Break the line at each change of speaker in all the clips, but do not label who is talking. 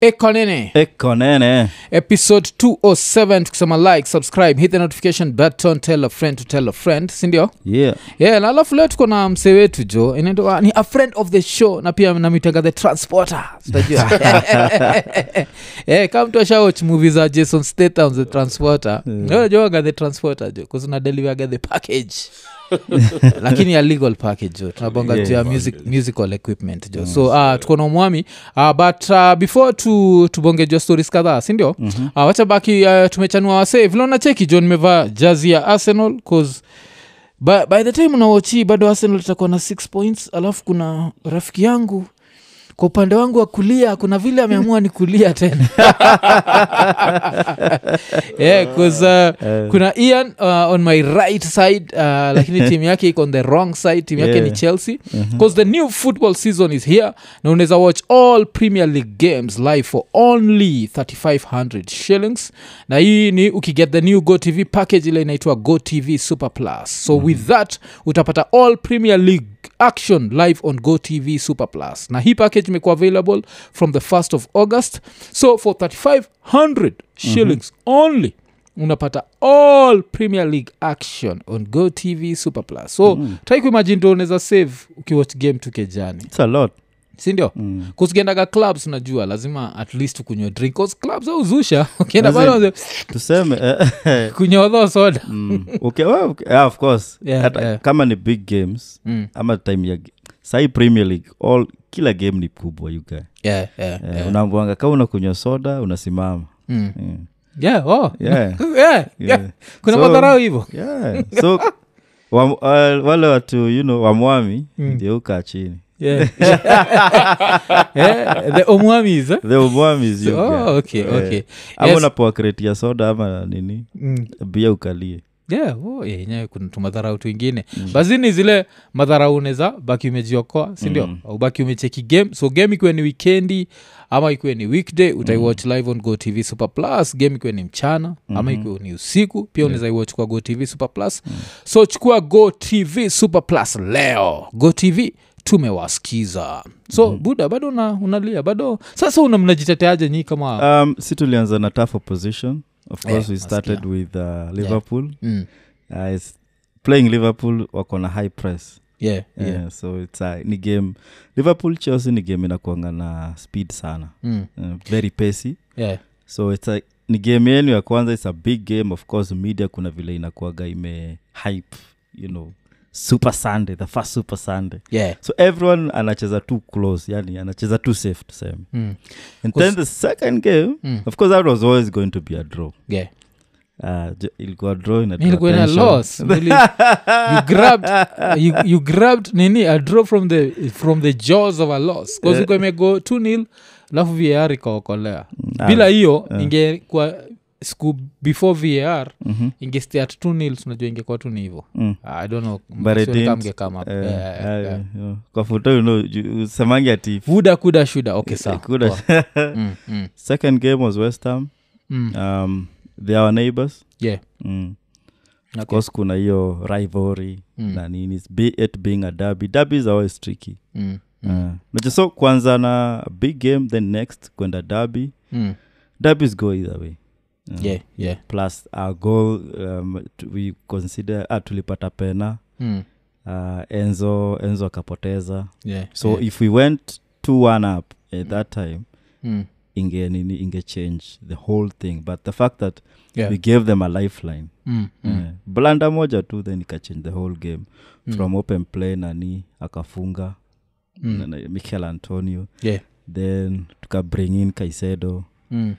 ekonene
eko nene
episode 207 tukisema like subscribe hit the notification button tell a friend to tell a friend sindio
yeah
yeah na alafu leo tuko na msee wetu jo inaitwa ni a friend of the show na pia namitaga the transporter sitajua yeah, Eh, kama mtu ashawoch movie za jason statham the transporter yeah. unajuaga the transporter jo kuzinadeliwaga the package lakini ya legal package jo tunabonga
Yeah.
juu ya music, musical equipment jo so uh, tuko na umwami uh, but uh, before tu, tubonge jo stories kadhaa sindio
Mhm.
mm-hmm. uh, wacha baki uh, tumechanua wasee vile unacheki jo nimevaa jazi ya arsenal cause by, by the time unawochi bado arsenal itakuwa na six points alafu kuna rafiki yangu kwa upande wangu wa kulia kuna vile ameamua ni kulia tena yeah, 'cause, uh, kuna ian uh, on my right side uh, lakini timu yake iko on the wrong side timu yake ni
Yeah.
chelsea because the new football season is here na unaweza watch all premier league games live for only 3500 shillings na hii ni ukiget the new go tv package ile inaitwa go tv super plus so with that utapata all premier league action live on go tv super plus na hii package imekuwa available from the 1st of august so for 3500 shillings only unapata all premier league action on go tv super plus so mm. try kuimagine ndo unaweza save ukiwatch game tuke jani
it's a lot
sindio mm. kusikiendaga clubs unajua lazima at least ukunywe drink 'cause clubs auzusha ukienda
Lazima.
pale
tuseme eh,
kunyodho soda
mm, okay, well, okay, yeah, of course
Yeah,
Hata
yeah.
kama ni big games
Mm.
ama time ya ge- sahi premier league all kila game ni kubwa yuka
yeah, yeah,
eh,
yeah.
unaambiwanga kama unakunywa soda unasimama
Mm.
Mm.
Yeah, oh.
Yeah,
Yeah, yeah.
yeah.
kuna
So-
madharau hivo
yeah. so wam, uh, wale watu you know, wamwami
Mm.
ndio ukaa chini
Yeah. Yeah, the omwamis eh?
the umwami is
So-
yuga.
oh, okay,
Eh,
okay.
ama
Yes.
unapewa kreti ya soda ama nini
Mm.
bia ukalie
Yeah, oh, yeah, yenyewe kuna tumadharau twingine mm. bazini zile madharau uneza baki umejiokoa sindio mm. ubaki umecheki game so game ikiwe ni wikendi ama ikiwe ni weekday utaiwatch live on go tv super plus game ikiwe ni mchana mm-hmm. ama ikiwe ni usiku pia yeah. unaweza iwatch kwa go tv super plus mm. so chukua go tv super plus leo go tv tumewasikiza so mm-hmm. buda bado una, unalia bado sasa una mnajiteteaje nyii kama
um, si tulianza na tough opposition of
Yeah,
course we
nasikia.
started with uh, liverpool
mm.
yeah. playing liverpool wako na high press
yeah,
yeah. so it's uh, ni game liverpool chelsea ni game inakuanga na speed sana
Mm.
uh, very pesi
yeah.
so it's a, ni game yenu ya kwanza its a big game of course media kuna vile inakuaga ime hype you know super sunday the first super sunday
yeah.
so everyone anacheza tu close yani anacheza tu safe tuseme
Mm.
and
Cause-
then the second game
Mm.
of course that was always going to be a draw
yeah.
Uh, ju- ilikuwa draw ina
nilikuwa na
tension.
loss Nili- you grabbed you, you grabbed nini a draw from the from the jaws of a loss
Eh.
bcause yeah. imego t nil alafu var ikaokolea
Ah,
bila hiyo
eh.
ingekuwa siku before var
Mhm.
ingestia at t nil tunajua ingekuwa tu ni hivo Ah,
Mm.
i don't know
But it
sioni kama
didn't.
mngekama up.
Eh,
Yeah, yeah,
ah,
yeah.
you know, kwa futo you know, ju- usemangi ati
wuda kuda shuda okay sawa
Kuda-
Poa. Mm, mm,
second game was west ham
mm.
um, they are our neighbors
yeah
mm.
Okay.
of course kuna hiyo rivalry
Mm.
na nini It's be it being a derby derby is always tricky
mm,
mm. uh, so kwanza na big game then next kwenda derby
mm.
derbies go either way Mm.
yeah yeah
plus our goal um, t- we consider ah, tulipata pena
mm.
uh, enzo enzo akapoteza
yeah
so if we went two one up at that time
mm.
inge nini inge change the whole thing but the fact that
yeah
we gave them a lifeline
mm. mm.
eh, blanda moja tu then ikachange the whole game
Mm.
from open play nani akafunga
Mm.
na- na- michael antonio
yeah
then tukabring in kaisedo
mm.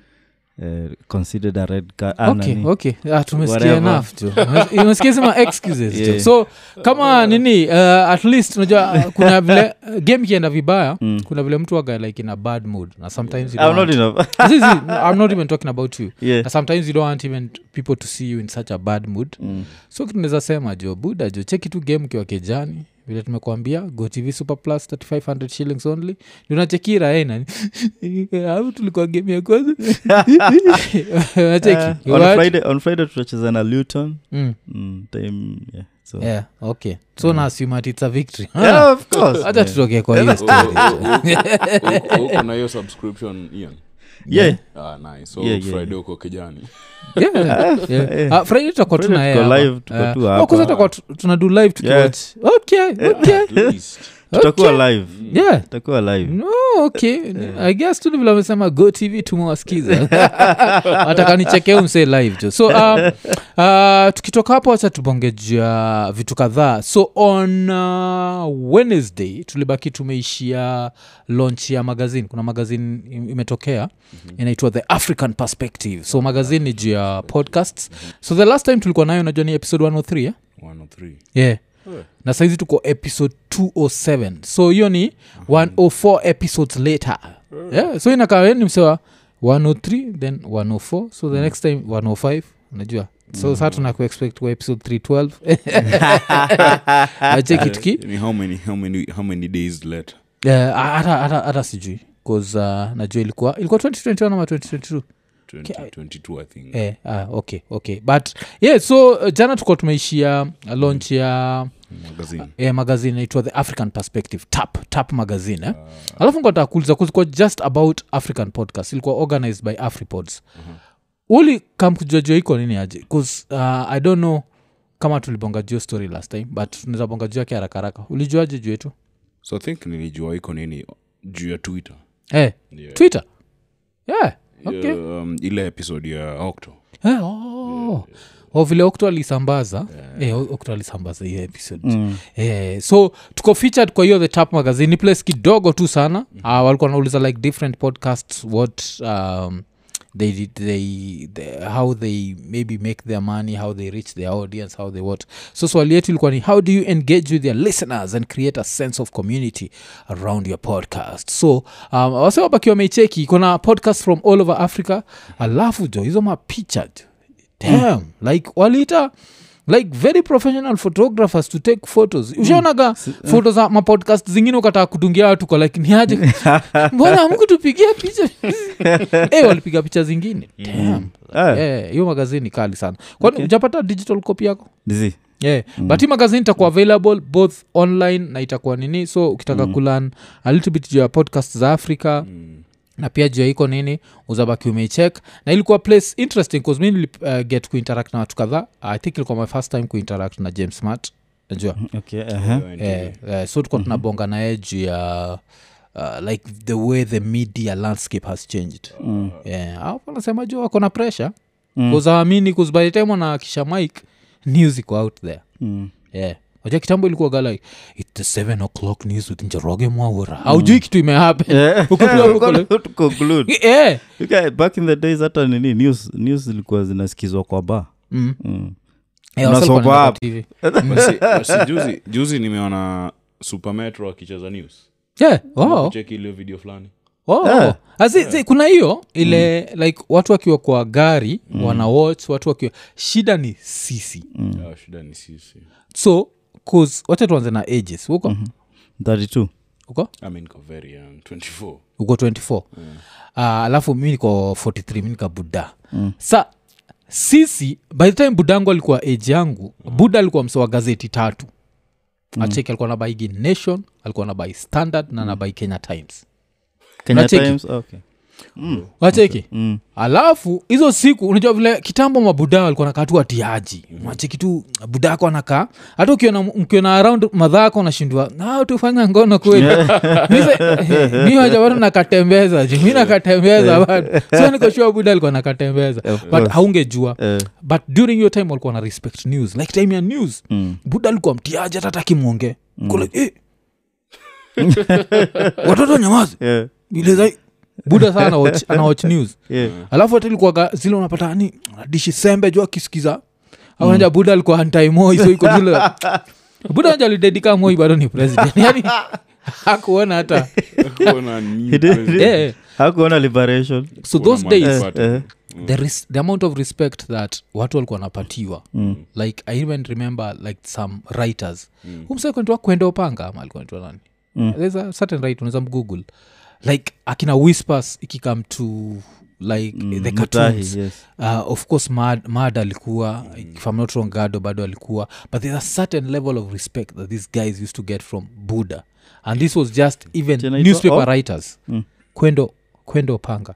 uh, considered a red card ah,
okay,
nani?
okay. Ah, tumesikia
Whatever.
enough jo umesikia sema excuses jo
Yeah.
so kama nini uh, at least unajua uh, kuna vile uh, game ikienda vibaya
Mm.
kuna vile mtu aga like in a bad mood na sometimes you
I'm
don't
not
want-
enough
This is- i'm not even talking about you
yeah.
na sometimes you don't want even people to see you in such a bad mood
Mm.
so tunaweza sema jo buda jo cheki tu game kiwa kijani vile tumekuambia gotv super plus 3500 shillings only unachekira ena au tulikuwa game ya kwanza unacheki
Uh, on,
What?
friday, on friday tutacheza na luton
Mm.
mm, time yeah, so.
yeah, okay so
Mm.
na assume ati it's a victory
Ah.
Ah,
Yeah, of course.
Oh,
hacha tutokee kwa hiyo story.
Uko- uko na hiyo subscription Ian?
yeah
ah, nice. so
Yeah, yeah,
friday uko kijani
Yeah, yeah. Ah, friday tutakuwa
Friday
tuna
tuko live, tuko tu hapa. Eh.
kuza tutakuwa tu- tuna do live tukiwatch okay okay
At least.
tutakuwa live
yeah
tutakuwa live
no Oh, okay i guess tu ni vile amesema go tv tumewasikiza nataka nichekee msee live jo so um, uh, tukitoka hapo wacha tubongeja vitu kadhaa so on uh, wednesday tulibaki tumeishia launch ya magazine kuna magazine im- imetokea inaitwa the african perspective so magazine ni juu ya podcasts so the last time tulikuwa nayo najua ni episode 103 yeah?
103.
yeah na saizi tuko episode 207 so hiyo ni 104 episodes later yeah? so inakaa ni msewa 103 then 104 so the next time 105 unajua so saa tuna kuexpect kwa episode 312 acheki tuki
Ni how many, how many, how many days later
eh, hata hata- hata sijui bcause uh, najua ilikuwa ilikuwa 2021 ama 2022
2022 i think
eh, ah, okay okay but yeah so uh, jana tukuwa tumeishia uh, launch ya
magazine
yeah, Eh, magazine inaitwa the african perspective tap tap magazine eh? uh, alafu ngota kuuliza kuzikuwa just about african podcast ilikuwa organized by afripods uh-huh. uli kam kujuajua iko nini aje 'Cause, uh, i don't know kama tulibonga juu story last time but tunaweza bonga juu yake haraka haraka ulijuaje juu yetu
so i think nilijua iko nini juu ya twitter
eh,
Yeah.
twitter yeah okay
Yeah, um, ile episode ya octo
Eh, oh. O vile okto alisambaza yeah. okto alisambaza hiyo episode mm. eh, so tuko featured kwa hiyo the tap magazine ni place kidogo tu sana mm. uh, walikuwa nauliza like different podcasts what um, they, did- they, they, how they maybe make their money how they reach their audience how they what so swali yetu ilikuwa ni how do you engage with your listeners and create a sense of community around your podcast so um, wase wabaki wameicheki kuna podcast from all over africa alafu jo hizo mapicha jo damn like walita like very professional photographers to take photos ushaonaga photo za mapodcast zingine ukataa kudungia watu kwa like niaje mbona amkutupigia picha hey, walipiga picha zingine damn
Ah,
Eh, hiyo magazini kali sana kwani
Okay.
ujapata digital copy yako
dizi
yeah. but hii magazine itakuwa available both online na itakuwa nini so ukitaka mm. kulan a little bit juu ya podcast za africa mm na pia juu ya iko nini uzabaki umeichek na ilikuwa place interesting bcause mi nili uh, get kuinteract na watu kadhaa i think ilikuwa my first time kuinteract na james mart najua
okay uh-huh. aha.
eh, eh, so tukuwa tunabonga naye juu ya uh, like the way the media landscape has changed mm. yeah. anasema juu wako na pressure kuzaamini mm. by the time wanakisha mike news iko out there
Mm.
yeah aja kitambo ilikuwaga like its the 7 o'clock news with njoroge mwaura
Mm.
haujui kitu imehappen
Yeah.
Uko tu- uko tu-
To conclude.
yeah.
You guys, back in the days hata nini news news zilikuwa zinasikizwa kwa ba
mm.
mm.
yeah, wasal kwa
Unasoma
nenda kwa
wapi?
TV.
Basi- basi juzi juzi nimeona supermetro akicheza news
yeah. wow.
cheki iliyo video fulani
Oh,
Yeah. Mm.
Asi- si- kuna hiyo ile like watu wakiwa kwa gari wana watch watu wakiwa shida ni sisi
Ah, shida ni sisi
so cause wacha tuanze na ages uko
Mm-hmm. 32
uko
I mean, niko very young 24
uko 24 Ah, alafu mi niko 43 mi nika buda sa sisi by the time budangu alikuwa age yangu buda alikuwa msewa gazeti tatu acheki alikuwa nabaigi nation alikuwa nabai standard na nabai kenya times
kenya
Unacheki?
times oh, okay
wacheki alafu hizo siku unajua vile kitambo mabuda walikuwa nakaa tu atiaji macheki tu buda ako anakaa hata ukiona mkiona around madhako nashindwa na tufanya ngono kweli Mise- mi waja watu nakatembeza ju mi nakatembeza bado so nikoshua buda alikuwa nakatembeza but
course.
haungejua
Eh.
but during your time walikuwa na respect news like time ya news mm. buda alikuwa mtiaji hata takimwonge like, eh. watoto nyamazi
yeah.
Ileza- buda sana watch- ana watch news
yeah.
alafu hata ilikuwaga zile unapata ni dishi sembe juu akisikiza aanja buda alikuwa antaimoi so iko zile buda anja alidedika moi bado ni president yani hakuona hata
Kuona new
He did-
president.
yeah.
hakuona liberation
so
Kuona
those days
Mark Carter.
eh.
the, res- the amount of respect that watu walikuwa wanapatiwa mm. like i even remember like some writers mm. umsekwendwa kwenda upanga ama alikuwa naitwa nani mm. there's a certain right unaweza mgoogle like akina whispers ikikam to like mm, the cartoons
Mutahi, yes.
uh, of course mad, mad alikuwa if i'm not wrong gado bado alikuwa but there's a certain level of respect that these guys used to get from buddha and this was just even
Tena itwa-
newspaper
oh.
writers kwendo kwendo panga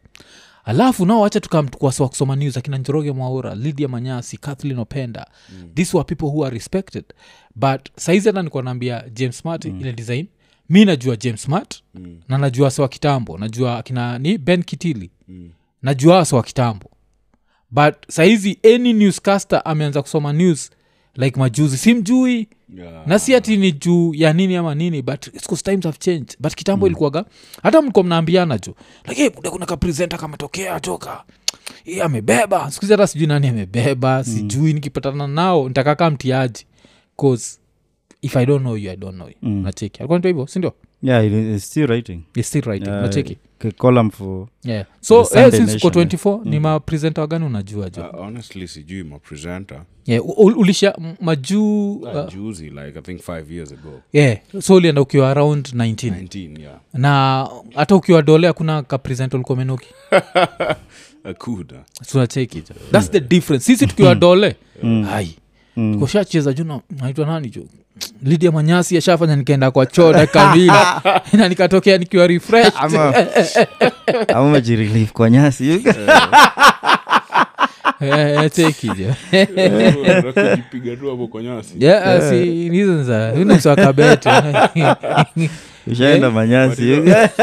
alafu nao wacha tukamtukwasa kusoma news akina njoroge mwaura lydia manyasi kathleen openda mm. these were people who are respected but saizi hata nikuwa naambia james mart mm. ile design mi najua james mart mm. na najua sewa kitambo najua akina ni ben kitili mm. najua sewa kitambo but saizi any newscaster ameanza kusoma news like majuzi simjui
Ah.
Yeah.
na si ati ni juu ya nini ama nini but it's 'cause times have changed but
Hmm.
kitambo mm. ilikuwaga hata mlikuwa mnaambiana jo like hey, buda kuna kapresenta kametokea toka hii amebeba sikuzi hata sijui nani amebeba
Hmm.
sijui nikipatana nao nitakaka mtiaji cause if i don't know you i don't know you
Hmm.
mm. nacheki alikuwa nitwa hivyo sindio
yeah it is still writing
It's still writing
Yeah,
nacheki
k- column for
yeah. so
The
eh,
Sunday
since uko
Nation, eh.
24 ni mapresenta wagani unajua jo
Uh, honestly sijui mapresenta
yeah. u- u- ulisha m- majuu
uh,
uh,
juzi like i think five years ago
yeah. so ulienda ukiwa around 19
19 yeah
na hata ukiwa dole hakuna kapresent ulikomenuki
akuda
tunacheki thats the difference sisi tukiwa dole hai koshacheza juu na- naitwa nani juu lidia manyasi ashafanya nikaenda kwa choo dakika mbili na nikatokea nikiwa refresh
ama ama majirelief kwa nyasi You guys-
Eh, tekija
kujipiga tu hapo kwa nyasi
hizozaunamswakabet
ushaenda
Eh?
manyasi you guys.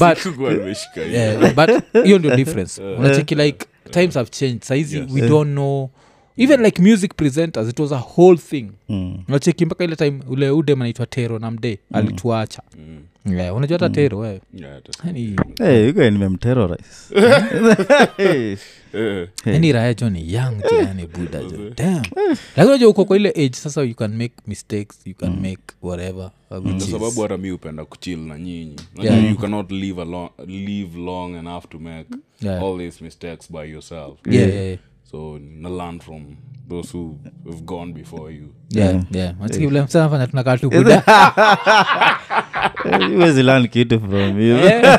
but
Sikukuwa nimeshika hiyo.
Yeah, but hiyo ndio difference unacheki like times have changed saizi
Yes.
we don't know even like music presenters it was a whole thing
Mm.
unacheki mpaka ile time ule udem anaitwa tero na mde alituacha
Mm.
yeah, unajua hata tero wewe
Yeah, Eh, hata-
yani
Hey, you guys nimemterrorize Hey.
Eh,
yani raya jo ni young jo yani buda jo damn lakini unajua uko kwa ile age sasa you can make mistakes you can make whatever uh, which
Mm. kwa
is-
sababu hata mi hupenda kuchil na nyinyi
Yeah.
yeah. you cannot live, along, live long enough to make
Yeah.
all these mistakes by yourself
yeah, yeah, yeah.
so na learn from those who have gone before you
Yeah, yeah. Unacheki vile msichana anafanya tunakaa tu buda
Eh, huwezi learn kitu from you.
Eh?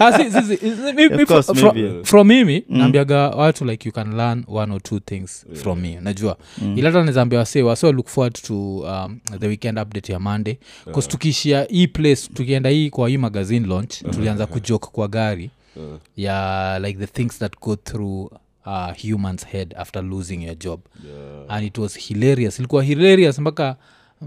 Ah, si- si- si- si- mi- mi-
course,
fro-
maybe, Mm. yeah.
from mimi naambiaga watu like you can learn one or two things from me najua
Mm.
ila hata naezaambia wase wase wa look forward to um, the weekend update ya monday bcause tukiishia hii place tukienda hii kwa hii magazine launch
Uh-huh.
tulianza kujoke kwa gari ya like the things that go through uh, humans head after losing your job and it was hilarious ilikuwa hilarious mpaka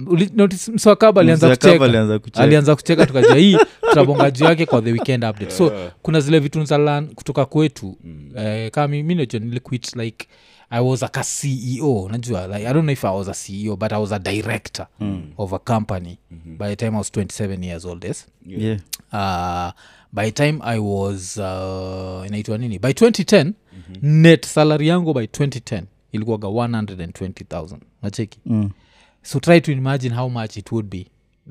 uli- notice mswakaba alianza
Mzee Akaba
kucheka
alianza kucheka.
alianza kucheka tukajua hii tutabonga juu yake kwa the weekend update so kuna zile vitu nzalan kutoka kwetu mm. eh, kama mi- mi najua niliquit like i was aka ceo najua like, i don't know if i was a ceo but i was a director mm. of a company mm-hmm. by the time i was 27 years old yes
Yeah.
uh, by time i was uh, inaitwa nini by 2010 mm-hmm. net salary yangu by 2010 ilikuwaga 120000 nacheki
Mm.
so try to imagine how much it would be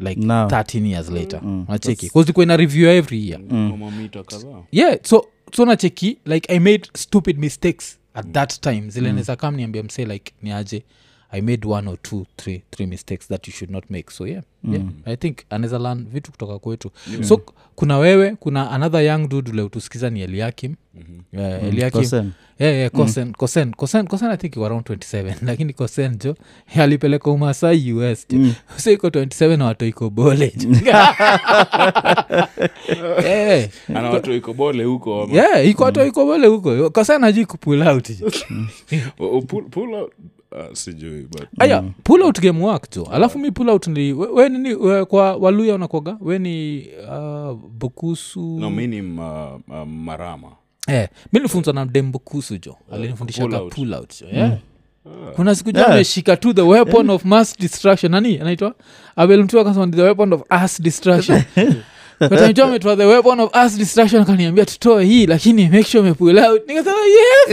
like
Now. Mm.
13 years later nacheki bcause ina review every year
kama mita kadhaa
yeah so so nacheki like i made stupid mistakes at that time zile mm. kam niambia msee like ni aje i made one or two three, three mistakes that you should not make so yeah, yeah i think anaweza learn vitu kutoka kwetu so k- kuna wewe kuna another young dude ule utusikiza ni eliakim mm-hmm. Mm. yeah, eliakim
Kosen.
yeah, yeah, Kosen, Kosen, Kosen, Kosen, i think iko around 27 lakini kosen jo alipeleka umasa us jo mm. so iko 27 na watoiko bole jo. Eh, yeah
ana watu iko bole huko ama-
yeah iko hata
Mm.
iko vile huko kasa najui kupull out
Oh, oh, pull- pull out, ah, sijui but
aya pull out game work tu alafu mi pull out ni we, we nini we, kwa waluya unakoga we ni uh, bukusu
no mi ni ma- ma- marama
eh, mi nilifunzwa na dem bukusu jo alinifundishaga
Eh, pull out. Mm.
pull out jo yeah. kuna siku jua ameshika tu the weapon of mass destruction nani anaitwa abelmtu akasema "Ni the weapon of ass destruction katanijua ametoa the weapon of ass destruction akaniambia tutoe hii lakini make sure umepull out nikasema yes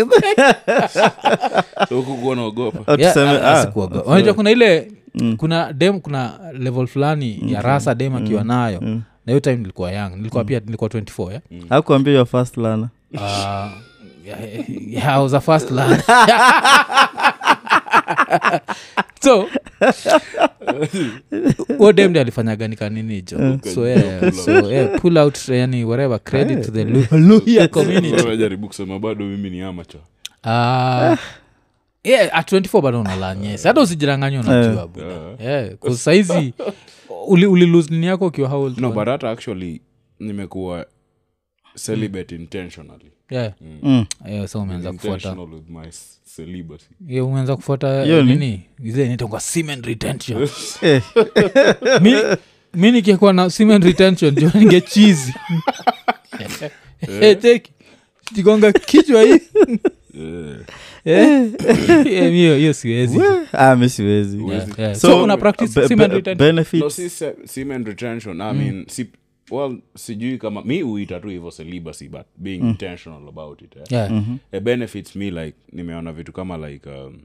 so hukukuwa naogopa
Au tuseme,
Yeah,
ah, Mm.
ah, sikuoga. unajua kuna ile kuna dem kuna level fulani ya rasa dem akiwa nayo
mm.
na hiyo time nilikuwa young nilikuwa pia nilikuwa 24 yeah?
ah, hakuambia your first learner
Ah, yeah, yeah, I was a first lad. so wodemde alifanyaga nikanini
Mm.
jo so, yeah, so yeah, pull out yani whatever credit to the luya community
Sasa najaribu kusema bado mimi ni amacha
Ah, yeah, Eh, at 24 bado
Eh.
unalanyesi hata usijiranganya unajua
Eh.
Eh, buda yeah, 'cause saizi uli, uli lose nini yako ukiwa how old
no
One-
but hata actually nimekuwa celibate intentionally
yeah.
Mm.
yeah, so umeanza kufuata
intentional with my s- celibacy
Yeah, umeanza kufuata
Hiyo ni-
nini Ile inaitwa semen retention
Eh,
mi, mi nikikuwa na semen retention jo ningechizi Eh, take. jigonga kichwa hii
yeah.
Eh, eh, hiyo hiyo siwezi
ah, mi siwezi
Yeah,
Huwezi.
yeah. so una practice
be-
semen
be-
retention
benefits-
no, si se- semen retention i
Mm.
mean si, well sijui kama mi huita tu hivyo celibacy but being intentional about it eh?
Mm. yeah.
mm.
it benefits me like nimeona vitu kama like um,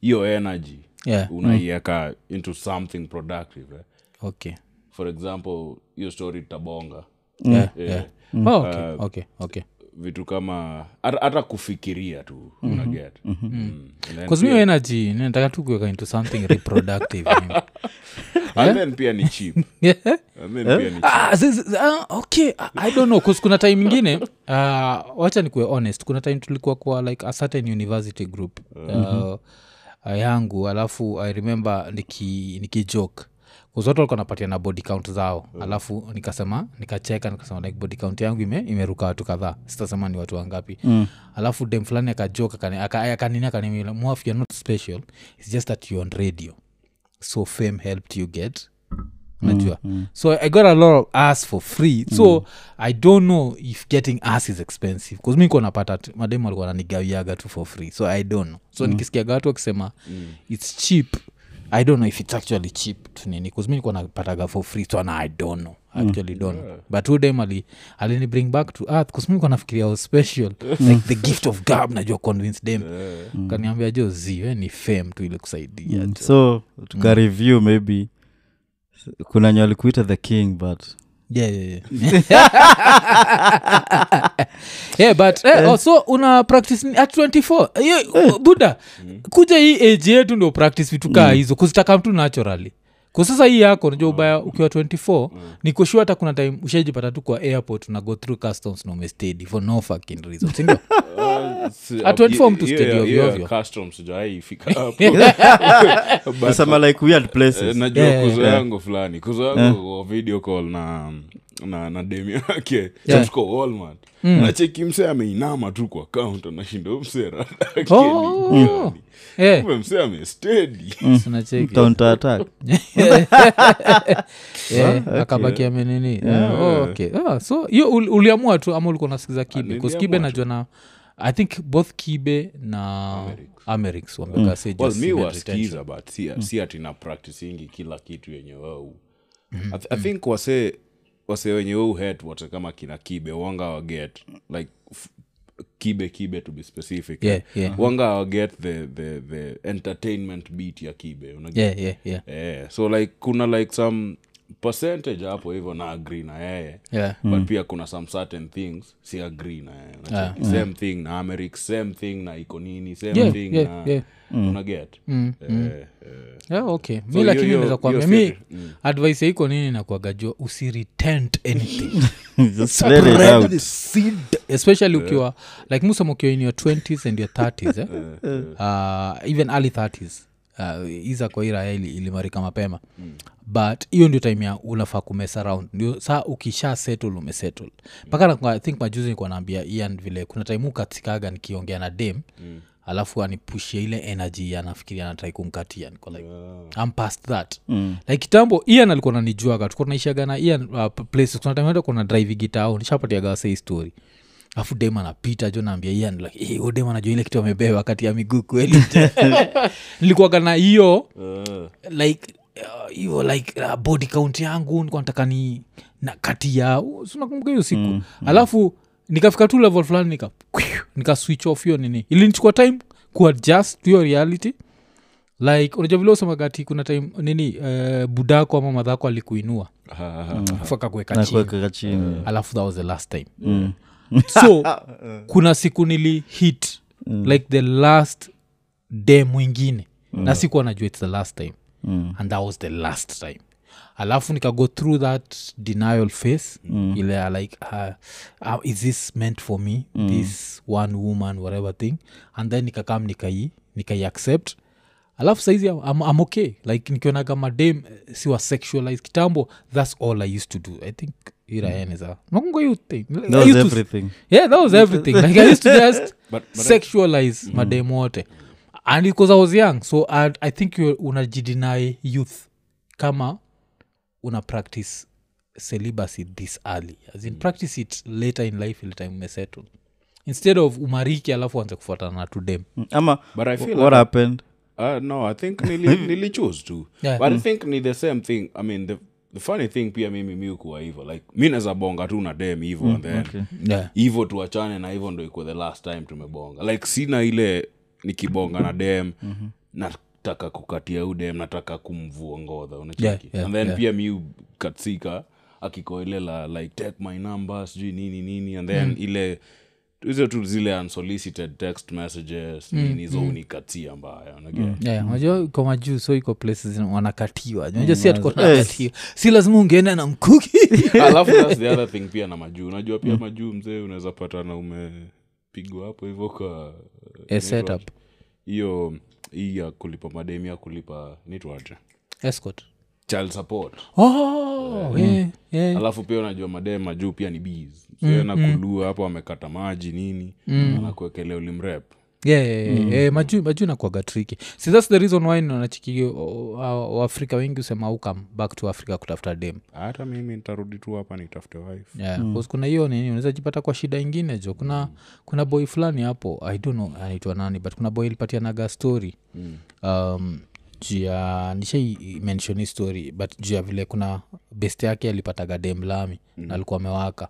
hiyo energy
yeah.
unaiweka into something productive eh?
okay.
for example hiyo story tabonga
yeah.
eh,
yeah. Oh, okay. okay. okay.
vitu kama hata hata kufikiria tu unaget Mm. And then
Mm-hmm. Cause
pia-
mi energy nataka tu kuweka into something reproductive eh?
and then pia ni cheap
Yeah.
and then pia ni cheap
Ah, zi- zi- ah, okay I- i don't know 'cause kuna time ingine uh, wacha nikuwe honest kuna time tulikuwa kwa like a certain university group uh, yangu alafu i remember niki, nikijoke 'Cause watu walikuwa napatia na body count zao alafu nikasema nikacheka nikasema like body count yangu ime, imeruka watu kadhaa sitasema ni watu wangapi mm. alafu dem fulani akajoke akanini akanimila mwaf you're not special its just that you're on radio so fame helped you get najua so i got a lot of ass for free so i don't know if getting ass is expensive bcause mi konapata mademu alikuwa nanigawiaga tu for free so i don't know so nikisikiaga watu wakisema its cheap i don't know if its actually cheap tunini bcause mi nikuwa napataga for free so na i don't know actually don't know but huyu dem ali alini bring back to earth bcause mi nikuwa nafikiria was special like the gift of gab najua convince dem kaniambia jo ziwe ni fame tu ile kusaidia jo.
so tuka
Hmm.
review maybe kuna wenye walikuita the king but
yeah, yeah, yeah. yeah but eh, oh, so una practice ni- at 24 Hiyo, uh, buda kuja hii age yetu ndio practice vitu kaa hizo kuzitaka mtu naturally kwa sasa hii yako najua ubaya ukiwa 24 ni kushua hata kuna time ushajipata tu kwa airport na go through customs na umestedi for no fucking reason sindio
Ah, si-
At 24 mtu
hiyo-
steady
hiyo-
ovyo
hiyo
ovyo.
custom sijawahi fika hapo. But,
nasema like weird
eh,
places
najua
Yeah, yeah,
kuzo
yeah.
yangu fulani kuzo yangu wa video call na na, na demi yake
Yeah. Mm.
tuko Walmart nacheki msee ameinama tu kwa kaunta nashinda huyu msee rada yake
Oh.
ni gani?
Eh,
Kumbe msee amestedi
Mm. unacheki.
counter attack
Eh, akabaki amenini Eh, oh, okay. Ah, so hiyo ul- uliamua tu ama ulikuwa unasikiza kibe
Ah, niliamua
'Cause kibe
tu.
najua na i think both kibe na amerix
Mm. well, mi
wamekasejmi
wasikiza but si,
Mm.
si ati na practisingi kila kitu yenye wau
Mm-hmm.
I, th- i think wase wase wenye wau het wate kama kina kibe wanga waget like f- kibe kibe to be specific eh?
Yeah, yeah.
wanga waget the, the, the entertainment beat ya kibe unajua eh, so like kuna like some percentage hapo hivyo na agree na yeye
Yeah.
but pia kuna some certain things si agree na yeye unacheki? same thing na americ same thing na ikonini same
Ah, hmm. Yeah,
thing
yeah,
na
yeah. Hmm.
unaget Eh, eh.
mi
hiyo-
lakini
hiyo-
naweza kuambia
hiyo
mi
theory.
advice yaiko nini nakuagajua usiretent anything
Just let it out.
especially ukiwa like musema ukiwa in your 20s and your 30s eh? uh, even early 30s uh, iza kwa iraya ili, ilimarika mapema but hiyo ndio time ya unafaa kumess around ndio saa ukisha settle umesettle mpaka nakuwa- i think majuzi nikuwa naambia ian vile kuna time ukatikaga nikiongea na dem mm alafu anipushia ile energy anafikiria natrai kumkatia niko like yeah. I'm past that mm. like kitambo ian alikuwa nanijuaga tukuwa tunaishaga na ian uh, p- places kuna time hata kuna drive gitao nishapatiaga wasei story afu dem anapita jo naambia ian like hey, huyu dem anajua ile kitu amebeba kati ya miguu kweli nilikuwaga na hiyo like uh, hiyo like uh, body count yangu nilikuwa nataka ni na kati ya sinakumbuka hiyo siku mm, alafu nikafika tu level fulani nika kwiu, nika switch off hiyo nini ilinichukua time kuadjust to your reality like unajua vile usemagati kuna time nini uh, budako ama madhako alikuinua afu akakuweka
Na
chini
kuweka chini
alafu that was the last time so
Eh.
kuna siku nili hit
Mm.
like the last day mwingine na sikuwa najua its the last time
Mm.
and that was the last time alafu nikago through that denial face mm. ile ya like uh, uh, is this meant for me mm. this one woman whatever thing and then nikakam nikai nikai accept alafu saizi I'm, I'm eh, okay like nikionaga madem siwa sexualize kitambo thats all i used to do i think iraeneza nakumbuka hiyo thing Like, I
Mm. That was
used to-
everything.
yeah that was everything like i used to just
But- but I- Mm.
sexualize mademu wote and because i was young so i, I think you- unajideny youth kama una practice celibacy this early as
Mm.
in practice it later in life ile time umesettle instead of umariki alafu anze kufuatana na tudem
Mm, ama
But I feel
what
like-
happened
Uh, no, I think nili, nilichoose to.
Yeah. hmm.
But I think ni the same thing. I mean, the, the funny thing pia mimi miukuwa hivo. Like, mi naza bonga tu na dem hivo
Hmm,
and then
okay.
yeah.
hivo tuachane na hivo ndo ikuwa the last time tumebonga. Like, sina ile nikibonga na dem
Mhm.
nataka kukatia u dem nataka kumvua ngodha unacheki
Yeah, yeah,
and then
yeah.
pia miu katsika akikoelela like take my number sijui nini nini and
Mm.
then ile hizo tu zile unsolicited text messages
Mm,
nini zo unikatia mbaya unajua
Yeah, unajua iko majuu so iko places zina- wanakatiwa
Mm,
unajua si atuko tunakatiwa si lazima ungeenda na mkuki
Ah, alafu that's the other thing pia na majuu unajua pia majuu mzee unaweza pata na umepigwa hapo hivyo kwa uh,
A setup.
hiyo hii ya kulipa mademi ya kulipa nitwaje
escort
child support Mm.
oh, yeah, yeah.
alafu pia unajua madem majuu pia ni bees mm, nakulua hapo amekata maji nini anakuekelea ulimrep
yeah, yeah, yeah, yeah. majuu majuu nakuaga triki si thats the reason why nachiki waafrika wengi husema ukam back to africa kutafuta dem
hata mimi nitarudi tu hapa nitafute wife
yeah. mm. kuna hiyo nini unaweza jipata kwa shida ingine jo kuna kuna boy fulani hapo i don't know anaitwa nani but kuna boy ilipatianaga story mm. um, juu ya nishai mention hii story but juu ya vile kuna best yake alipataga dem lami mm. na alikuwa amewaka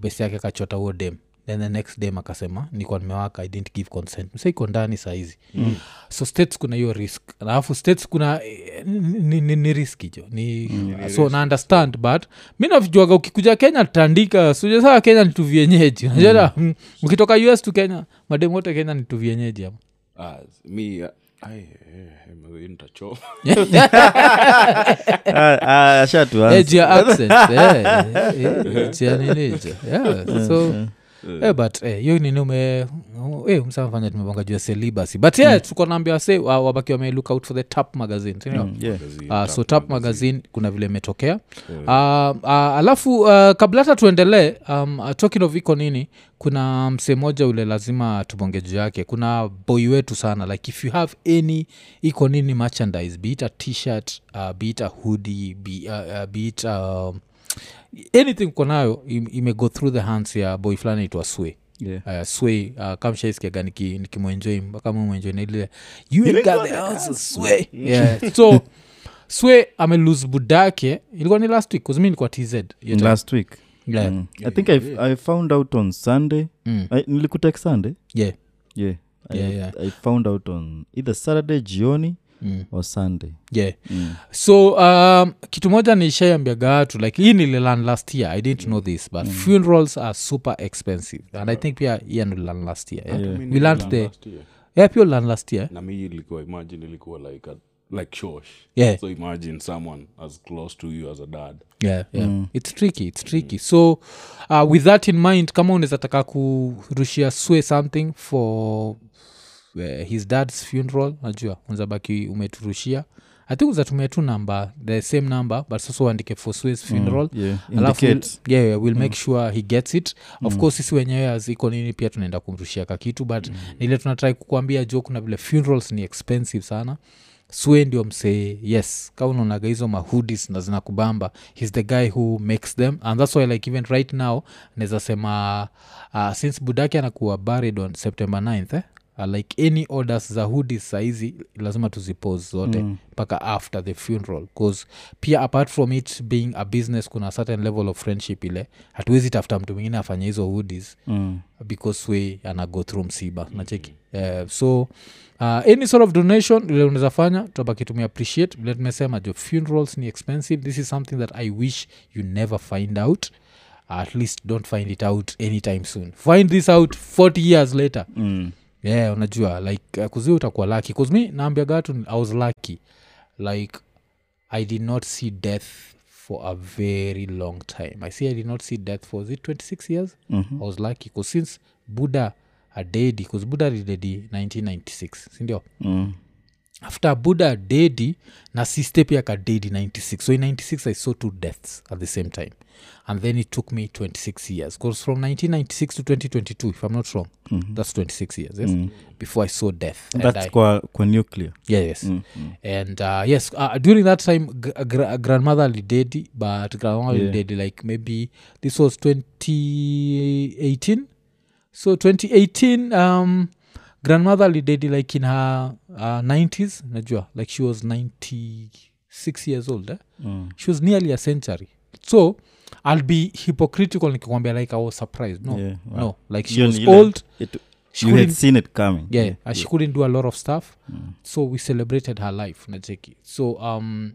best yake akachota huo dem then the next dem akasema nikuwa nimewaka i didn't give consent msaiko ndani sahizi mm. so states kuna hiyo risk alafu states kuna eh, ni, ni, ni riski jo ni, mm. so na understand but mi navijuaga ukikuja kenya tutaandika sija saa kenya ni tuvyenyeji najua mm. ukitoka us tu kenya mademu wote kenya ni tuvyenyeji ama
ah, mi ah, ai, eh, nitachoma
Ah, ah, ashatuanza.
Eh, juu ya accent, eh, eh, eh, juu ya nini, juu- yeah, so, eh, but eh, hiyo nini ume eh, msamfanya tumebonga juu ya celibacy but yeah tuko naambia wase wa- wabaki wame look out for the tap magazine sindio
Mm, Yeah.
Uh, so tap magazine kuna vile imetokea um, uh, alafu uh, kabla hata tuendelee um, uh, talking of iko nini kuna msee mmoja ule lazima tubonge juu yake kuna boy wetu sana like if you have any iko nini merchandise be it a t-shirt uh, be it a hoodie be, uh, uh, be it um, anything uko nayo im- ime go through the hands ya boy fulani itwa sway
Yeah.
Uh, sway uh, kamshaiskiaga nikimwenjoi mpaka mwenjoi nailile you ain't got the answer, sway yeah. so sway amelose budake ilikuwa ni last week kuzimi nilikuwa tz hiyo time.
last week
Yeah.
Mm. i think I, i found out on sunday
Mm.
I- nilikutek sunday
Yeah.
yeah I,
Yeah, yeah.
i found out on either saturday jioni
Mm.
or sunday
yeah so um, kitu moja nishaiambiaga watu like hii nililan last year i didn't know this but funerals are super expensive and i think pia hiya nililan last year yeah?
Yeah.
we learned the yeah pia ulilan last year
na mi ilikuwa imagine ilikuwa like a, like shosh
yeah
so imagine someone as close to you as a dad
yeah, yeah. Mm. its tricky its tricky mm. so uh, with that in mind kama unaweza taka kurushia swe something for uh, his dad's funeral najua unaweza baki umeturushia i think uzatumia tu number the same number but sasa uandike for swe's funeral mm,
yeah
alafu
indicate Mm.
yeah, yeah, we'll make sure he gets it of course sisi wenyewe aziko nini pia tunaenda kumrushia ka kitu but
Mm.
nile tunatrai kukuambia jo kuna vile funerals ni expensive sana swe ndio msee yes ka unaonaga hizo mahudis na zinakubamba hes the guy who makes them and thats why like even right now naweza sema uh, since budaki anakuwa buried on september 9th eh? Uh, like any orders za hudis sahizi lazima tuzipose zote mpaka after the funeral bcause pia apart from it being a business kuna certain level of friendship ile hatuwezi tafuta mtu mwingine afanye hizo hudis
Mm.
because we ana go through msiba mm-hmm. nacheki uh, so uh, any sort of donation ile unaweza fanya tutabaki tumi appreciate vile tumesema jo funerals ni expensive this is something that i wish you never find out at least don't find it out anytime soon find this out 40 years later
Mm.
yeah unajua like uh, kuzi utakuwa laki kuzmi naambiaga watu ni- i was lucky like i did not see death for a very long time i see i did not see death for is it 26 years
Mhm.
i was lucky bcause since buddha adedi bcause buddha lidedi 1996 sindio
Mm.
after buddha dedi na sister pia kadedi 96 so in 96 i saw two deaths at the same time and then it took me 26 years because from 1996 to 2022 if i'm not wrong mm-hmm. that's 26 years yes? mm-hmm. before i saw death and
that's
I,
kwa, kwa nuclear
yeah, yes
Mm,
mm-hmm. and uh, yes uh, during that time g- gra- grandmother lidedi but grandmother
Yeah.
yeah. lidedi like maybe this was 2018 so 2018 um, grandmother lidedi like in her uh, 90s najua like she was 96 years old eh?
mm.
she was nearly a century so i'll be hypocritical nikikwambia like i was surprised no
Yeah, wow.
no like she
Hiyo
was
ni ile-
old
it,
she
you had
couldn't
seen it coming
yeah, yeah. she couldn't do a lot of stuff mm. so we celebrated her life nacheki so um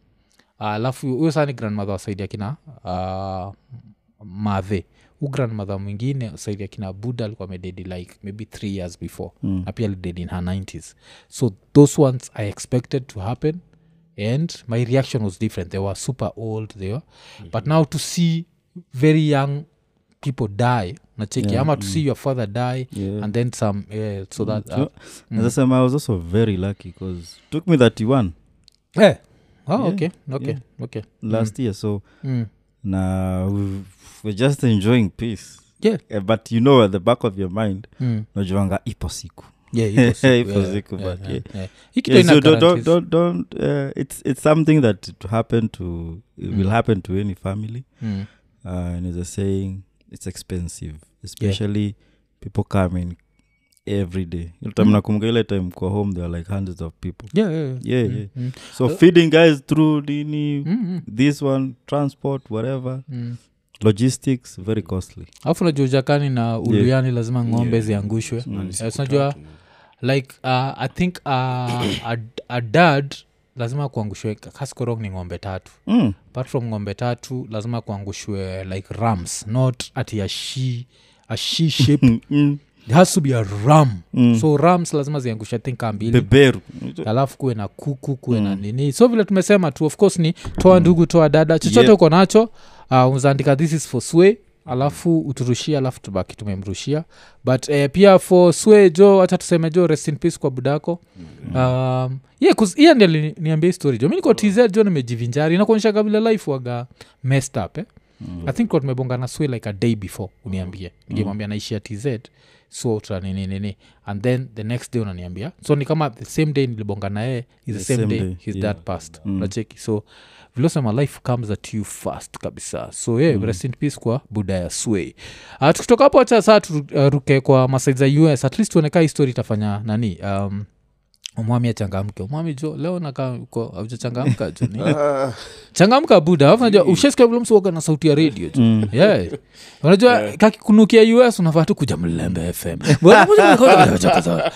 uh, alafu huyo sani grandmother wasaidi akina uh, madhe hu grandmother mwingine saidi akina buddha alikuwa amededi like maybe three years before mm. na pia alidedi in her 90s so those ones i expected to happen and my reaction was different they were super old they were mm-hmm. but now to see very young people die nacheki yeah, ama to mm. see your father die
Yeah.
and then some yeah, so that uh,
So, as I said, I was also very lucky because took me 31
eh. oh,
Yeah,
okay okay okay
last year so
mm.
na we- we're just enjoying peace
yeah
Eh, but you know at the back of your mind
mm.
najuanga ipo siku
yeah ipo siku,
Ipo
yeah,
siku,
yeah,
but
yeah,
yeah.
yeah. Hii kitu
yeah,
haina
so don't, don't,
guarantees.
don't, don't, uh, it's, it's something that it happen to it will happen to any family
Mm.
uh, and as i saying it's expensive especially people coming every day Ile
Mm.
time nakumbuka ile time kwa home there are like hundreds of people
yeah yeah, yeah.
yeah, yeah.
Mm.
so feeding guys through nini
Mm,
this one transport whatever
mm.
logistics very costly
alafu najua ujakani na uliani lazima ng'ombe ziangushwe
Na ni
Eh,
siku
tunajua
tatu, man.
like uh, i think uh, a, a dad lazima kuangushwe kaskorong ni ng'ombe tatu
mm.
apart from ng'ombe tatu lazima kuangushwe like rams not ati a she a she shape
Mm, mm.
There has to be a ram
Mm.
so rams lazima ziangushe thinka mbili
beberu
alafu kuwe na kuku kuwe na nini so vile tumesema tu of course ni toa ndugu toa dada chochote
Yep.
uko nacho uh, uzaandika this is for sway alafu uturushie alafu tubaki tumemrushia but eh, pia for sway jo hacha tuseme jo rest in peace kwa budako um, yeah, 'cause Ian ndiye alini- niambia story jo mi niko tz jo nimejivinjari inakuonyesha kabila life waga messed up eh? i think kwa tumebonga na sway like a day before uniambie nikimwambia naishia tz so tanininini and then the next day unaniambia so ni kama the same day nilibonga na yeye is the same, day, Mm. his
yeah.
dad passed nacheki so vilosema life comes at you fast kabisa so yeah, mm. rest in peace kwa buda ya sway uh, tukitoka hapo hacha saa turuke uh, kwa masaid za us at least tuonekaa histori itafanya nani um, umwami achangamke umwami jo leo nakaa uko aujachangamka jo ni
Ah,
changamka buda alafu najua ushasikia vile msi huwaga na sauti ya radio tu
Mm.
yeah. unajua kakikunukia us unafaa tu kuja mlembe fm Bwana, moja kwa moja kuja kuchakaza.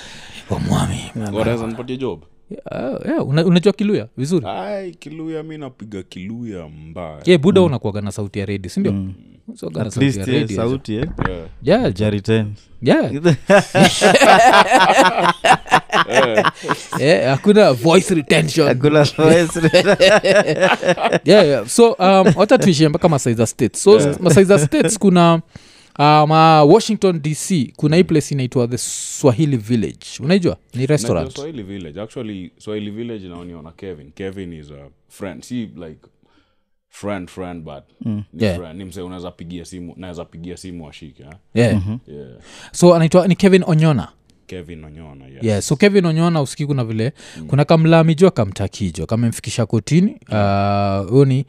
Omwami.
wanaweza nipatie job
Ah, yeah, una- unajua kiluya
Ah.
vizuri
ai kiluya mi napiga kiluya mbaya
ye buda unakuaga na sauti ya radio sindio Usiwaga na
Mm. At
sauti ya
least, yeah,
radio, hizo.
sauti eh?
Yeah.
Yeah, ja-
Jari 10.
yeah. Eh, hakuna voice retention yeah, yeah. so um, wacha tuishie mpaka masaiza states so yeah. masaiza states kuna um, uh, washington dc kuna hii place inaitwa the swahili village unaijua ni
Na hiyo
restaurant
swahili village actually swahili village naoniona kevin kevin is a friend si like friend friend but ni,
Mm. Yeah.
friend. ni mse unaweza pigia simu naweza pigia simu ashike eh?
yeah.
yeah.
so anaitwa ni kevin onyona
kevin onyona yes.
yeah, so kevin onyona usikii kuna vile mm. kuna kamlamijo kamtakijo kamemfikisha kotini huyu uh, ni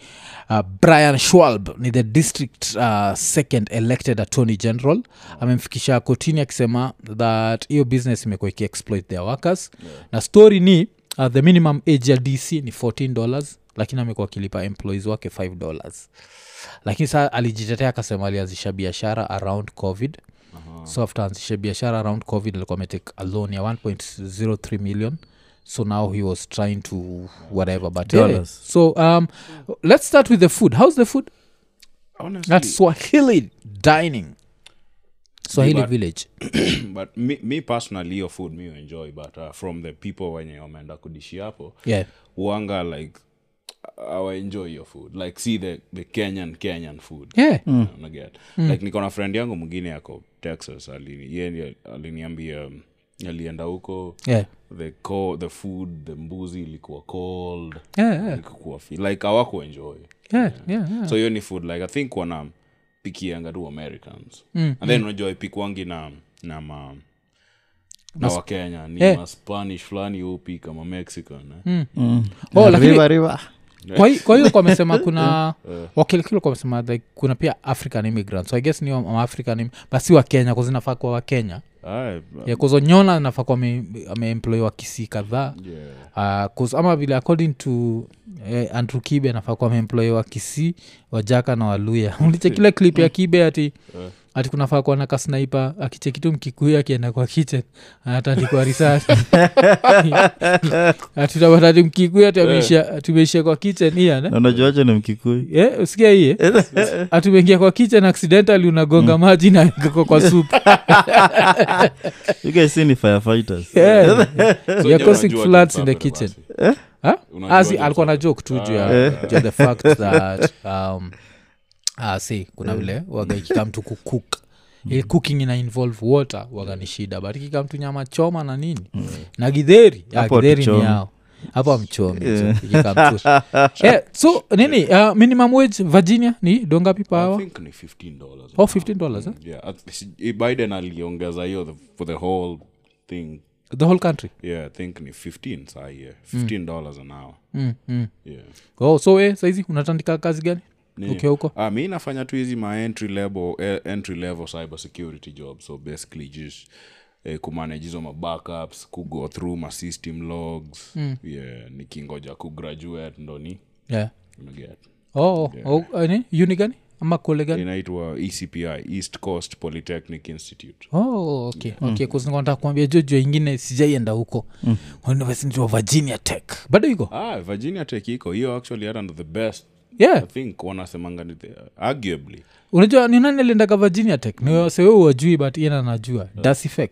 uh, brian schwalb ni the district uh, second elected attorney general amemfikisha kotini akisema that hiyo business imekuwa ikiexploit their workers yeah. na story ni uh, the minimum age ya dc ni 14 dollars lakini amekuwa akilipa employees wake 5 dollars lakini saa alijitetea akasema alianzisha biashara around covid so after anzishe biashara around covid alikuwa ametake a loan ya 1.03 million so now he was trying to whatever but yeah.
Dollars.
so um, let's start with the food how's the food
Honestly,
that's swahili dining swahili
But-
village
but mi, mi personally hiyo food mi enjoy but uh, from the people wenye wameenda kudishi hapo
yeah
wanga like awa enjoy your food like see the, the kenyan kenyan food
yeah Mm.
unaget like niko na friend yangu mwingine yako texas alini, ye ndiye aliniambia um, alienda huko
yeah.
the co- the food the mbuzi ilikuwa cold
Yeah, yeah.
ilikuwa fi- like hawakuenjoy
Yeah, yeah, yeah.
so hiyo ni food like i think wana pikianga tu americans mm, and then unajua ipikwangi na na ma na wakenya ni
Yeah.
yeah. maspanish fulani hupika mamexican eh?
Oh, lakini-
river, river.
kwa hi- kwa hiyo kwamesema kuna wakilikilo kwamesema like kuna pia african immigrants so i guess ni wa- waafrican im- but si wakenya kuzinafaa kuwa wakenya
Aye,
yeah, kuzonyona nafaa kuwa ame- ameemploy wakisi kadhaa
yeah.
Uh, 'cause ama vile according to eh, andrew kibe anafaa kuwa ameemploy wa kisii wajaka na waluya uliche kile clip ya kibe ati ati kunafaa kuwa na kasnaipa akichekitu mkikuyu akienda kwa kitchen anatandikwa risasi atutapatati mkikuyu ati ameishia- tumeishia kwa kitchen iyan
Na unajuaje ni mkikuyu
Yeah, usikia hiye
Eh,
atumeingia eh? kwa kitchen accidentally unagonga
Mm.
maji na kwa, kwa Eh, supu
you guys see ni firefighters
yeah.
Eh. So
eh. You're
je,
causing
unajua
floods in
kitu
the
happened
kitchen.
basi?
Huh?
Unajua
Asi,
aje
alikuwa na
sasa?
joke tu juu ya-
Ah.
juu ya the fact that um, ah, see, kuna
Eh.
vile waga ikikamtu kucook
Mm.
Eh, cooking ina involve water waga ni shida but ikikamtu nyama choma na nini
Mm.
na gidheri Ah,
Hapo
gidheri ni
hatuchomi.
yao hapo amchomi
Eh.
Eh, so nini uh, minimum wage virginia ni dongapi
I
pawa
think ni 15 dollars
oh 15 dollars eh?
yeah. at- si- i- biden aliongeza hiyo the- for the whole thing
the whole country
yeah i think ni 15 saa hiyo 15 dollars an hour
mm, mm.
yeah
oh, so eh, saizi unatandika kazi gani
Ni-
ukiwa huko
ah, mi nafanya tu hizi ma entry level, eh, entry level cyber security job so basically just eh, kumanage hizo mabackups kugo through ma system logs mm. yeah, nikingoja kugraduate ndo ni
yeah.
unaget
oh, oh, oh, ni uni gani ama kole gani
inaitwa E ecpi east coast polytechnic institute
oh, okay. Okay, 'cause nilikuwa nataka kuambia jojo ingine sijaienda huko university of virginia tech bado iko
ah, virginia tech iko hiyo actually hata ndo the best i
yeah
think wanasemanga ni the, arguably
unajua ni nani aliendaga virginia tech ni sewe wajui but ina najua dasifex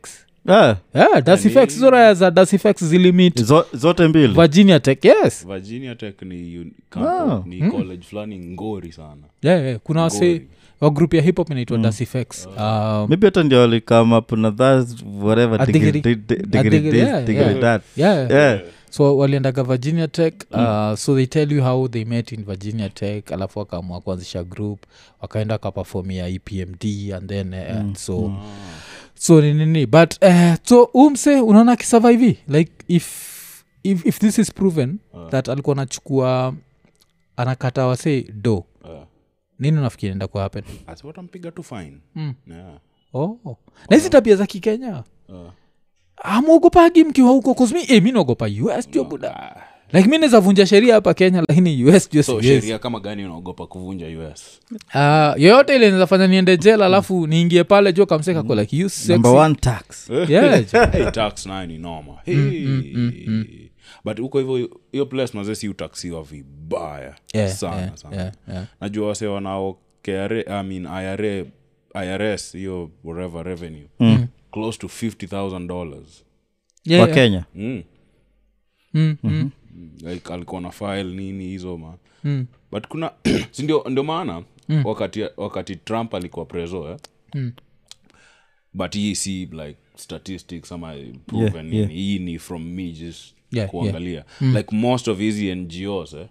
Ah,
yeah, dasifex hizo raya za dasifex zilimit
zo- zote mbili
virginia tech yes
virginia tech ni, uni-
Ah,
Wow.
ni
hmm.
college fulani ngori sana
yeah, yeah. kuna wase
Ngori.
wa group ya hip hop inaitwa dasifex um,
maybe hata ndio walikame up na that whatever
A
degree,
degree.
de-
A
degree
degree,
this
yeah,
degree
yeah.
that
yeah
yeah.
so waliendaga virginia tech uh, so they tell you how they met in virginia tech alafu wakaamua kuanzisha group wakaenda E wakapafomia epmd and then uh, so so ni nini but uh, so umse unaona kisurvivi like if, if, if this is proven that alikuwa anachukua anakata wase do
uh,
nini unafikiri enda kwa happen
asiwatampiga tu fine
Hmm.
yeah.
oh. na hizi tabia za kikenya
Eh.
amwogopagi mkiwa huko kusmi eh, mi naogopa us jua buda
Ah.
like mi nezavunja sheria hapa kenya lakini us jua
so
siwezi.
sheria kama gani unaogopa kuvunja us
Ah, yoyote ile nezafanya niende jela alafu niingie pale jua kamseka
Mm.
kwa like you sexy.
number one tax
Yeah, jo.
hey, tax nayo ni noma
Hmm,
hey. but huko hivyo hiyo place mazee si utaksiwa vibaya
Yeah,
sana
yeah,
sana
yeah, yeah.
najua wase wanao KRA, I mean, IRA, irs hiyo whatever revenue close to 50000 dollars
Yeah,
wa
yeah.
kenya
mm.
Mm, mm.
like alikuwa na file nini hizo ma mm. but kuna sindio ndio maana mm. wakati, wakati trump alikuwa preso eh?
Mm.
but hii si like statistics ama proven nini
yeah.
hii ni from me just
Yeah,
kuangalia like most of hizi ngos eh,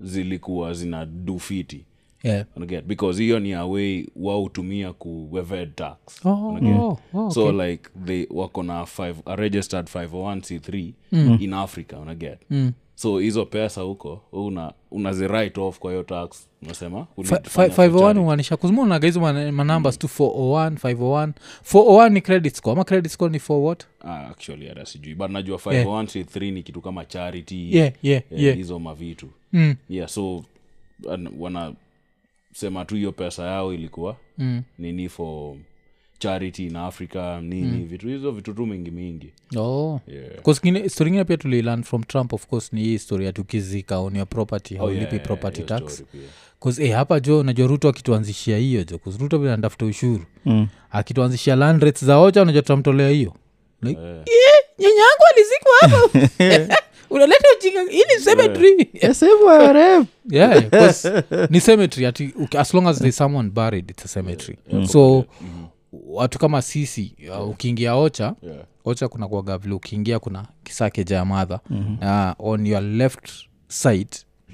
zilikuwa zina dufiti
Yeah.
unaget because hiyo ni away wautumia kueved tax
Oh,
Unaget?
oh, oh,
so
okay.
like they wako na five, oh a registered 501c3
Mm.
in africa unaget so hizo pesa huko una, unaziwrite off kwa hiyo tax unasema
Fi- oh
ulifanya
fi-
for
501
charity.
uanisha kuzumunaga hizo man- manumbers tu 401 501 401 ni credit score ama credit score ni for what
Ah, actually hata sijui but najua 501c3 ni kitu kama charity
yeah yeah
eh,
yeah
hizo mavitu
Mm.
yeah so an- wanasema tu hiyo pesa yao ilikuwa mm. nini for charity in africa nini
Mm.
vitu hizo vitu tu mingi mingi
oh
Yeah.
story ingine pia tulilearn from trump of course ni hii story ya tukizika on your property haulipi
Oh, yeah, yeah,
property
hiyo
tax
story pia.
Cause, eh, hapa jo najua ruto akituanzishia hiyo jo 'Cause ruto vile anatafuta ushuru mm. akituanzishia land rates za ocha unajua tutamtolea hiyo like,
Eh.
yeah. nyanyangu alizikwa hapo unaleta ujinga hii ni cemetery yeah, cause ni cemetery ati uki- as long as there's someone
Mm-hmm.
buried it's a cemetery so watu kama sisi uh, ukiingia ocha
Yeah.
ocha kuna kuaga vile ukiingia kuna kisake jamadha
Mhm.
mm-hmm. na on your left side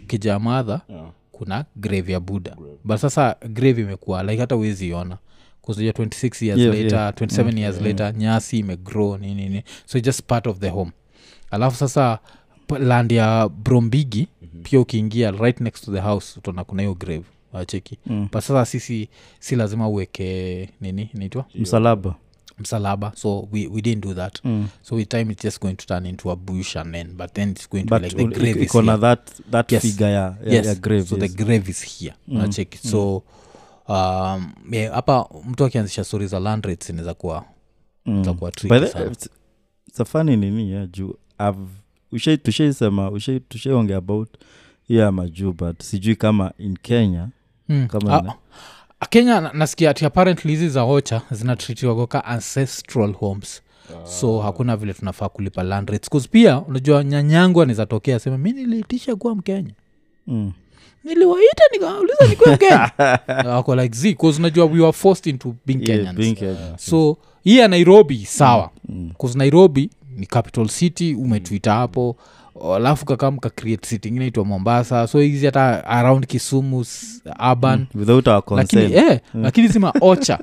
kijamadha
Yeah.
kuna grave ya buddha but sasa grave imekuwa like hata huwezi iona kuzuja 26 years
Yeah,
yeah, later
yeah.
27 years later nyasi imegrow nini nini so it's just part of the home alafu sasa p- land ya brombigi
Mhm.
mm-hmm. pia ukiingia right next to the house utaona kuna hiyo grave wacheki mm. but sasa sisi si lazima uweke nini naitwa
Mm. msalaba
msalaba so we, we didn't do that mm. so with time it's just going to turn into a bush and then but then it's going to
but
be like the grave is
iko na
here.
that, that
Yes.
figure ya, ya,
yes.
ya grave
so
yes.
the grave is here mm. unacheki so um, yeah, hapa mtu akianzisha stori za land rates inaweza kuwa mm. kuwa
By
tricky
the-
sana
it's- it's a funny nini ya juu I've- ushai- tushaisema ushai- tushaiongea about hiyo ya majuu but sijui kama in kenya
Mm.
kama
Ah,
ina-
ah, kenya na- nasikia ati apparently hizi za ocha zinatritiwago ka ancestral homes
Ah.
so hakuna vile tunafaa kulipa land rates 'Cause pia unajua nyanyangu anawezatokea asema mi niliitisha kuwa mkenya
mm.
niliwaita nikauliza nikuwe mkenya wako like z bcause unajua we were forced into being
Yeah,
kenyans
being Kenyans.
so hii ya nairobi sawa bcause nairobi ni capital city umetuita hapo alafu kakamka create city ingine itwa mombasa so hizi hata around kisumu s- urban
without our
lakini
Mm. consent
eh, lakini sima ocha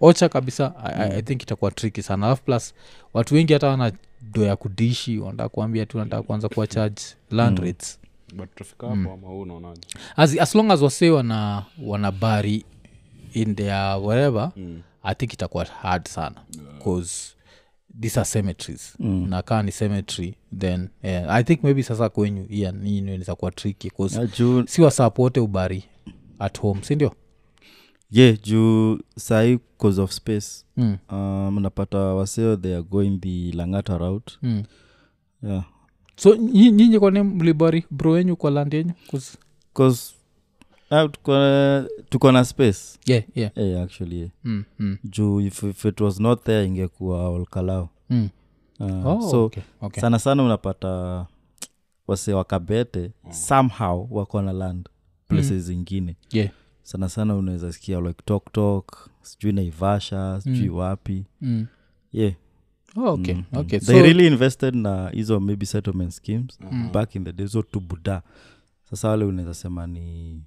ocha kabisa I, I- i think itakuwa triki sana alafu plus watu wengi hata wana do ya kudishi wanataka kuambia tu nataka kuanza kuwa charge land rates
but tutafika
Mm.
hapo ama huu unaonaje
as, as long as wase wana wanabari in their wherever mm. i think itakuwa hard sana bcause these are cemeteries mm. na kaa ni cemetery then yeah, i think maybe sasa kwenyu iyaninza kuwa triki
Ya
bcause
juu
si wasapote ubari at home sindio
ye juu sahi cause of space
Mm.
um, napata waseo they are going the langata route
Mm.
yeah.
so nyi- nyinyi kwani mlibari bro wenyu kwa land yenyu 'Cause-
cause uh, tuko na- tuko na space
yeah, yeah.
eh, actually eh.
Mm, mm,
juu if, if it was not there ingekuwa olkalao
mm.
uh,
Oh,
so
okay, okay.
sana sana unapata wase wakabete
Mm.
somehow wako na land places zingine
Yeah.
sana sana unaweza sikia like toktok sijui naivasha sijui wapi
Mm.
yeah
Oh, okay, okay. So, Mm-hmm.
they really invested na hizo maybe settlement schemes back in the day so tubuda sasa wale unaweza sema ni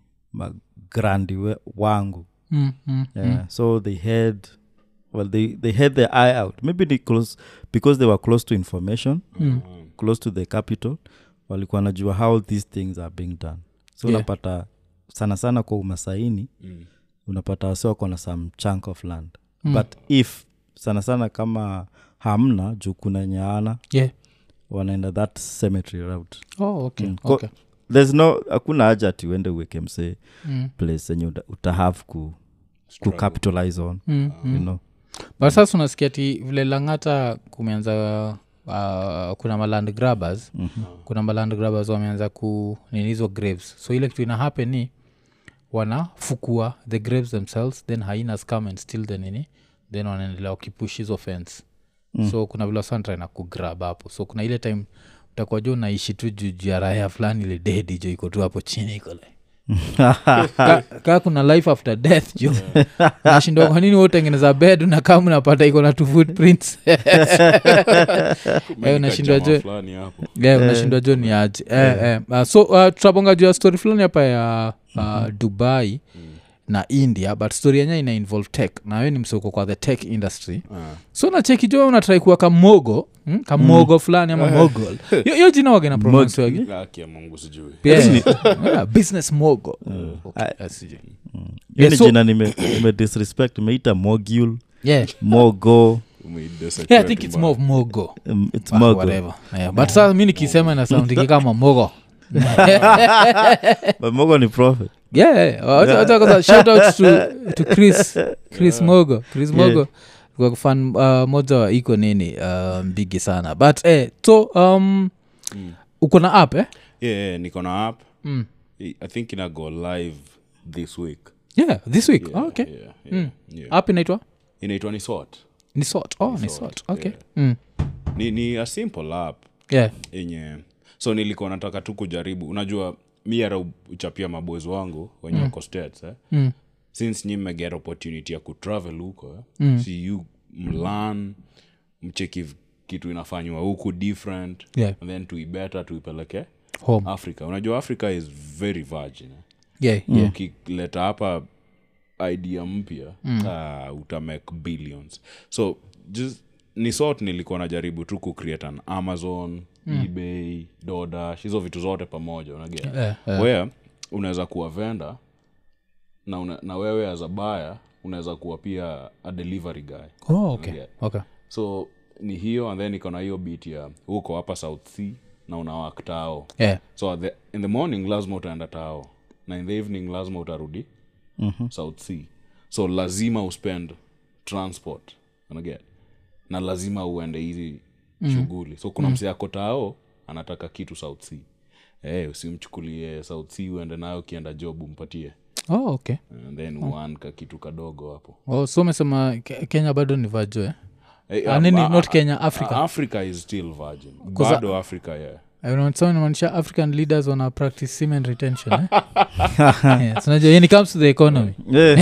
magrandi we- wangu
mm, mm.
yeah. so they had well they, they had their eye out maybe they close, because they were close to information
Hmm.
close to the capital walikuwa wanajua how these things are being done so
Yeah.
unapata sana sana kwa umasaini unapata wasi wako na some chunk of land
Hmm.
mm. but if sana sana kama hamna juu kuna nyaana
yeah.
wanaenda that cemetery route
oh, okay,
Ko-
okay.
there's no hakuna haja ati uende uweke msee
Mm.
place enye utahave ku, ku capitalize on
Mm,
you know
but sasa unasikia ti vile langata kumeanza uh, kuna maland grabbers mm-hmm. kuna maland grabbers wameanza ku nini hizo graves so ile kitu ina happen ni wanafukua the graves themselves then hyenas come and steal the nini then wanaendelea wakipush hizo fence mm. so kuna vile wasantra na kugrab hapo so kuna ile time utakuwa jo unaishi tu juu juu ya raya fulani ile dedi jo iko tu hapo chini iko like Ka- kaa kuna life after death jo nashindwa kwa nini wotengeneza bed unakaa mnapata iko na two footprints Eh, unashindwa
Jamaa
je
fulani hapo
Eh, unashindwa jo ni aje Eh, eh. Ah, so uh, tutabonga juu ya story fulani hapa ya uh, dubai na india but story yenyewe ina involve tech na wewe ni msoko kwa the tech industry
Ah.
so nacheki jo unatrai kuwa kamogo mm? kamogo fulani ama mogol
Yaani
Yo- yo jina wagena pronounce
Haki ya mungu sijui
business mogo okay.
Ah.
ah, sijui.
hiyo ni
so-
jina nime, nime disrespect nimeita mogul
yeah
mogo
Umeidesa
yeah, i
kwetu
think it's
bana.
more of mogo
um, it's
Ah,
mogo
whatever. Yeah, but sasa mi nikisema inasaundiki kama mogo
But mogo ni prophet
Yeah, yeah. Wacha- wacha kwanza shout out to, to chris chris mogo chris
Yeah.
mogo kwa fan uh, moja wa iko nini uh, mbigi sana but eh, so um, uko na app eh?
Yeah, yeah, niko na app
Mm.
I- i think ina go live this week
yeah this week oh, okay Mm.
Yeah, yeah, yeah.
app inaitwa
inaitwa ni sort
ni sort oh ni sort okay
yeah.
Mm.
ni, ni a simple app
yeah
yenye so nilikuwa nataka tu kujaribu unajua mi ara uchapia mabozi wangu wenye wako states eh?
Mm.
since nyi mmeget opportunity ya kutravel huko eh? mm. si you mlan mcheki kitu inafanywa huku different
Yeah.
and then tuibeta tuipeleke
home
africa unajua africa is very virgin eh?
yeah, yeah.
ukileta hapa idea mpya mm. uh, utamake billions so just, ni sort nilikuwa najaribu tu kucreate an amazon mm. ebay dodash hizo vitu zote pamoja unaget
Eh,
where unaweza kuwa venda na, una, na wewe as a buyer unaweza kuwa pia a delivery guy
Oh, okay. Okay.
so ni hiyo and then iko na hiyo bit ya huko hapa south sea na unawak tao
Yeah.
so at the, in the morning lazima utaenda tao na in the evening lazima utarudi
Mhm.
mm-hmm. south sea so lazima uspend transport unaget na lazima uende hizi
Mm.
mm-hmm. shughuli so kuna mm-hmm. mseako tao anataka kitu south sea Hey, usimchukulie south sea uende nayo ukienda job umpatie
Oh, okay.
and then uanka kitu kadogo hapo
oh, so umesema Ke- kenya bado ni vajo eh?
hey,
Ah, nini not kenya africa
africa is still virgin bado africa yeah
namaanisha african leaders wana practice semen retention eh? yes, unajua when it comes to the economy
Yeah.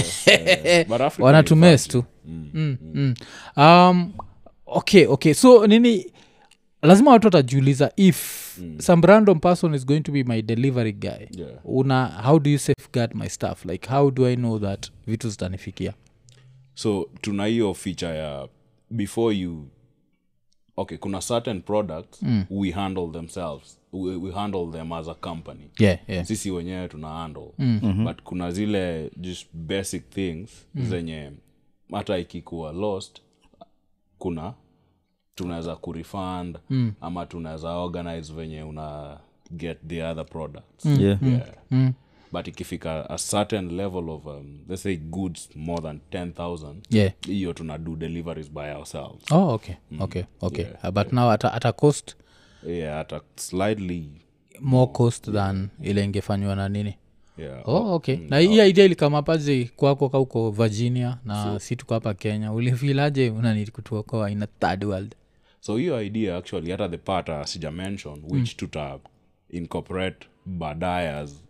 But Africa is
wanatumes tu Mm, mm. um, okay okay so nini lazima watu watajiuliza if some random person is going to be my delivery guy
Yeah.
una how do you safeguard my stuff like how do i know that vitu zitanifikia
so tuna hiyo feature ya before you okay kuna certain products mm. we handle themselves we, we handle them as a company
yeah, yeah.
sisi wenyewe tuna handle mm-hmm. but kuna zile just basic things mm. zenye hata ikikuwa lost kuna tunaweza kurefund mm. ama tunaweza organize venye una get the other products mm.
Yeah.
Hmm.
yeah. but ikifika a certain level of um, let's say goods more than 10000
yeah.
hiyo tuna do deliveries by ourselves
oh okay okay okay Uh, but now ata, ata cost
yeah hata slightly
more cost than ile ingefanywa na nini
yeah
oh, okay na hii idea ilikamapaje kwako kauko virginia na si tuko hapa kenya ulifilaje unanikutuokoa ina third world
so hiyo idea actually hata the part uh, sija mention which mm. tuta incorporate baadaye as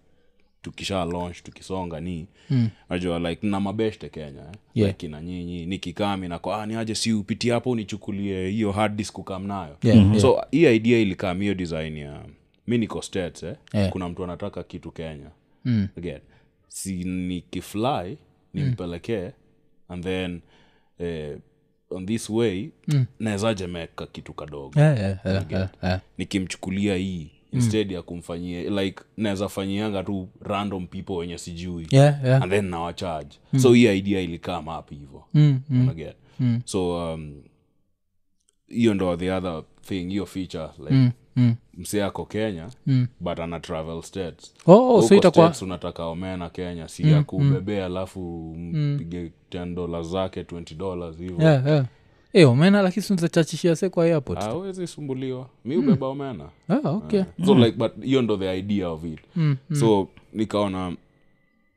tukisha launch tukisonga ni mm. najua like na mabeshte kenya eh?
Yeah.
like ina nyinyi nikikami nako ah, ni aje si upiti hapo unichukulie hiyo hard disk ukam nayo
Yeah, Mhm.
so hii idea ilikam hiyo design ya mi niko states eh?
Yeah.
kuna mtu anataka kitu kenya
Hmm.
Again, si nikifly nimpelekee and then eh, on this way mm. nawezaje meka kitu kadogo
Hmm. yeah, Hmm. yeah, yeah, yeah, yeah.
nikimchukulia hii instead ya kumfanyia like naweza fanyianga tu random people wenye sijui
Yeah, Hmm. yeah.
and then nawacharge mm. so hii idea ilikam up hivo
Hmm,
mm, mm, mm. so um, hiyo ndo the other thing hiyo feature like
Hmm,
mm, mm. mseako kenya mm. but ana travel states
Oh, oh, so
Huko
itakuwa Mm,
States unataka omena kenya si ya kubebea alafu mpige 10 dola zake 20 dola hivo
yeah, yeah. Hey, omena lakini sunzachachishia se kwa airport
awezi sumbuliwa mi ubeba omena
ah, okay
so like but hiyo ndo the idea of it mm, mm. so nikaona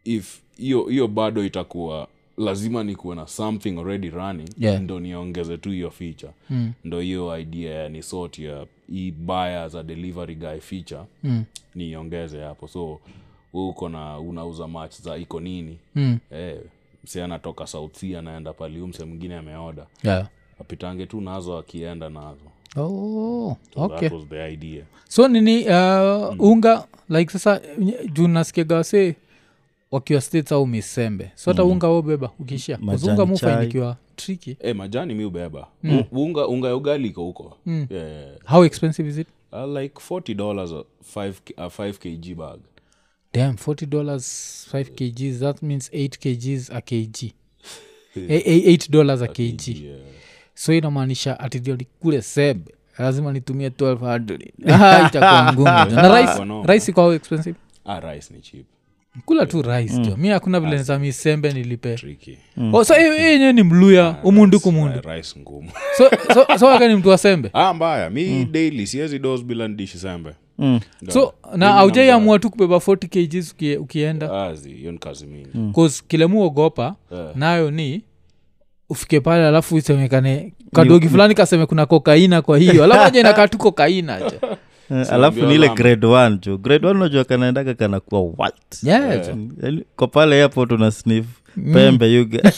if hiyo hiyo bado itakuwa lazima nikuwe na something already running
Yeah.
ndo niongeze tu hiyo feature mm. ndo hiyo idea ya ni sort ya hii buyer as a delivery guy feature mm. niongeze hapo so wewe uko na unauza match za iko nini mm. eh, mse anatoka south sea anaenda paliu mse mwingine ameoda
yeah.
apitange tu nazo akienda nazo
oh, okay
that was the idea
so nini uh, unga like sasa nye- juu nasikiaga wase wakiwa states au misembe so hata unga wobeba ukishia
Majani
kuzunga mufa
chai.
nikiwa triki
e majani mi ubeba mm. unga, unga ya ugali iko huko mm. yeah.
how expensive is it
uh, like 40 dollars 5, uh, 5 kg bag
damn 40 dollars 5 kgs that means 8 kgs a kg Eh, eh, 8 dollars a kg
yeah.
so inamaanisha atidioni kule sebe lazima nitumie 1200 Ah, itakuwa ngumu jo. na rice-
Kwa noma.
rice kwa how expensive
ah, rice ni cheap
kula tu rice jo mi hakuna
Ah,
vile niza misembe nilipe
tricky
oh, so yenyewe ni mluya umundu kumundu
Ah, rice ngumu
so, so, so waka ni mtu wa sembe
ah, mbaya mi daily siwezi dos bila ndishi sembe
so na aujaiamua tu kubeba 40 kgs ukie- ukienda
azi hiyo ni kazi mingi
bcause Hmm. kile muogopa nayo ni ufike pale alafu isemekane kadogi fulani kaseme kuna kokaina kwa hiyo alafu aja inakaa tu kokaina ja
Eh, alafu ni ile
Lamba.
grade one jo grade one unajua kanaendaka kanakuwa wat
yeah, Hmm. ja.
Yani, kwa pale airport una sniff pembe you get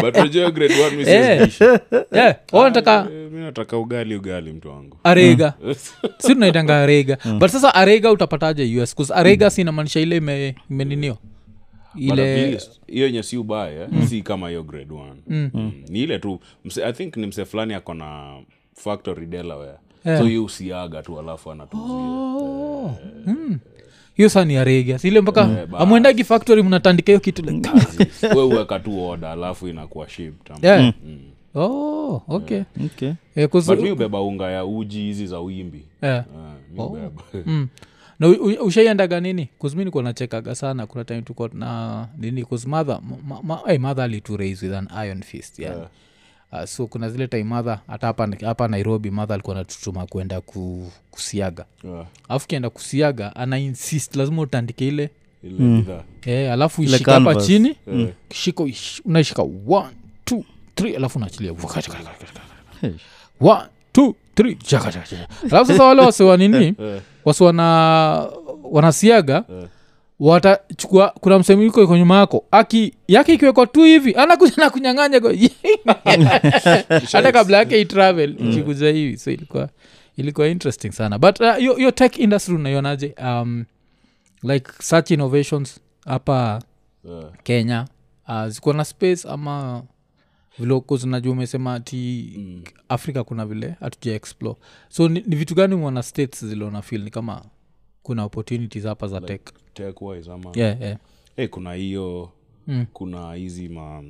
but unajua grade one mi
Eh.
siwezi ishi.
yeah. oh, nataka
Eh, mi nataka ugali ugali mtu wangu
arega si tunaitanga arega but sasa arega utapataje us bcause arega si inamaanisha ile ime- imeninio
But at
ile
least, hiyo nye si ubaya si kama hiyo grade one Mm. ni ile tu mse, i think ni mse fulani ako na factory delaware so hiyo usiaga tu alafu anatuzia
hiyo saa ni arega sile mpaka amwendagi factory mnatandika hiyo kitu
Hmm.
like,
we uweka tu order alafu inakuwa shipped ama-
yeah. oh okay
okay
Eh, 'cause-
but mi ubeba unga ya uji hizi za wimbi
yeah.
Ah, mi ubeba
na u- u- ushaiendaga nini kuzmi nikuwa nachekaga sana kuna time tuko na nini kuzmadha madha aliturase eh, with an iron fist yani yeah. Uh, so kuna zile time madha hata hapa- hapa nairobi madha alikuwa natutuma kwenda ku, kusiaga
Ah,
alafu kienda kusiaga ana insist lazima utandike ile
ile bidhaa. Eh,
e, alafu ishika hapa
canvas.
chini mm. kishika uish- unaishika one, two, three, alafu unaachilia Waka- chaka- chaka- chaka- chaka.
Hey.
One, two, three, chaka- chaka- chaka. alafu sasa wale wasiwa nini wasiwa na wanasiaga watachukua kuna msehemu iko iko nyuma yako aki yake ikiwekwa tu hivi anakuja na kunyang'anya kwa- hata kabla yake itravel ikikuja hivi so ilikuwa ilikuwa interesting sana but uh, yo, yo tech industry unaionaje um, like such innovations hapa
Ah,
kenya uh, zikuwa na space ama viloko zinajua umesema ti mm. afrika kuna vile hatuja explore so ni, ni vitu gani mwana states ziliona fil ni kama kuna opportunities hapa za tech
tech wise ama
yeah, yeah.
Eh, kuna hiyo mm. kuna hizi ma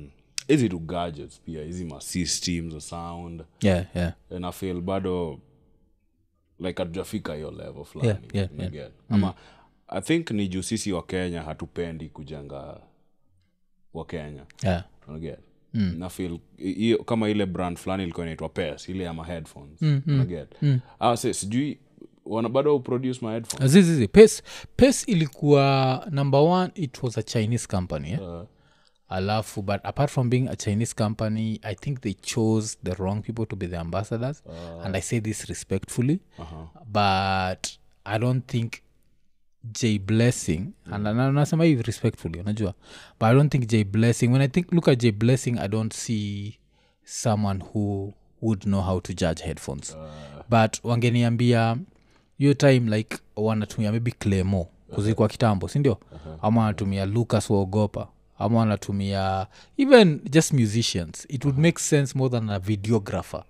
hizi tu gadgets pia hizi ma systems za sound
Yeah, yeah.
na feel bado like hatujafika hiyo level fulani
Yeah, yeah,
unaget? ama i think ni juu sisi wa kenya hatupendi kujenga wa kenya
Yeah.
unaget mm. na feel hiyo kama ile brand fulani ilikuwa inaitwa pes ile ama headphones mm, mm, unaget mm. ah, si- sijui wana bado produce my headphones
zizizi pace pace ilikuwa number one it was a chinese company eh? uh. alafu but apart from being a chinese company i think they chose the wrong people to be the ambassadors uh. and i say this respectfully uh-huh. but i don't think j blessing and na- nasema hivi respectfully unajua but i don't think j blessing when i think look at j blessing i don't see someone who would know how to judge headphones but wangeniambia hiyo time like wanatumia maybe clemo kuzikwa kitambo sindio ama wanatumia lucas waogopa ama wanatumia even just musicians it would make sense more than Uh-huh. a videographer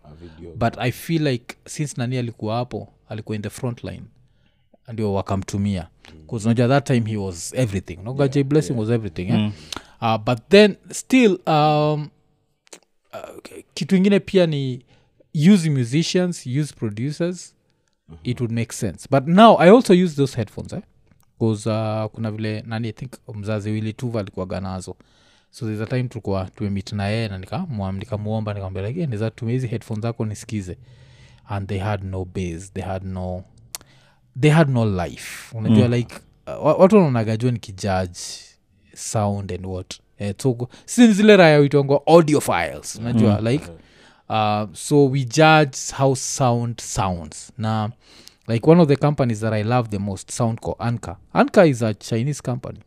but i feel like since nani alikuwa hapo alikuwa in the front line ndio wakamtumia unajua that time he was everything no? yeah, blessing was everything eh? uh, but then still um, uh, kitu ingine pia ni use musicians use producers it would make sense but now i also use those headphones eh? bcause uh, kuna vile nani i think mzazi wili tuva alikuwaga nazo so there's a time tulikuwa tumemit na yeye na nikamwa- nikamuomba nikamwambia like, "Eh, naweza tumia hizi headphones zako nisikize and they had no base they had no they had no life unajua mm. like uh, wa- watu wanaonagajua nikijudge sound and what eh, so sini zile raya uitwangwa audio files unajua mm. like uh, so we judge how sound sounds na like one of the companies that i love the most soundco anka anka is a chinese company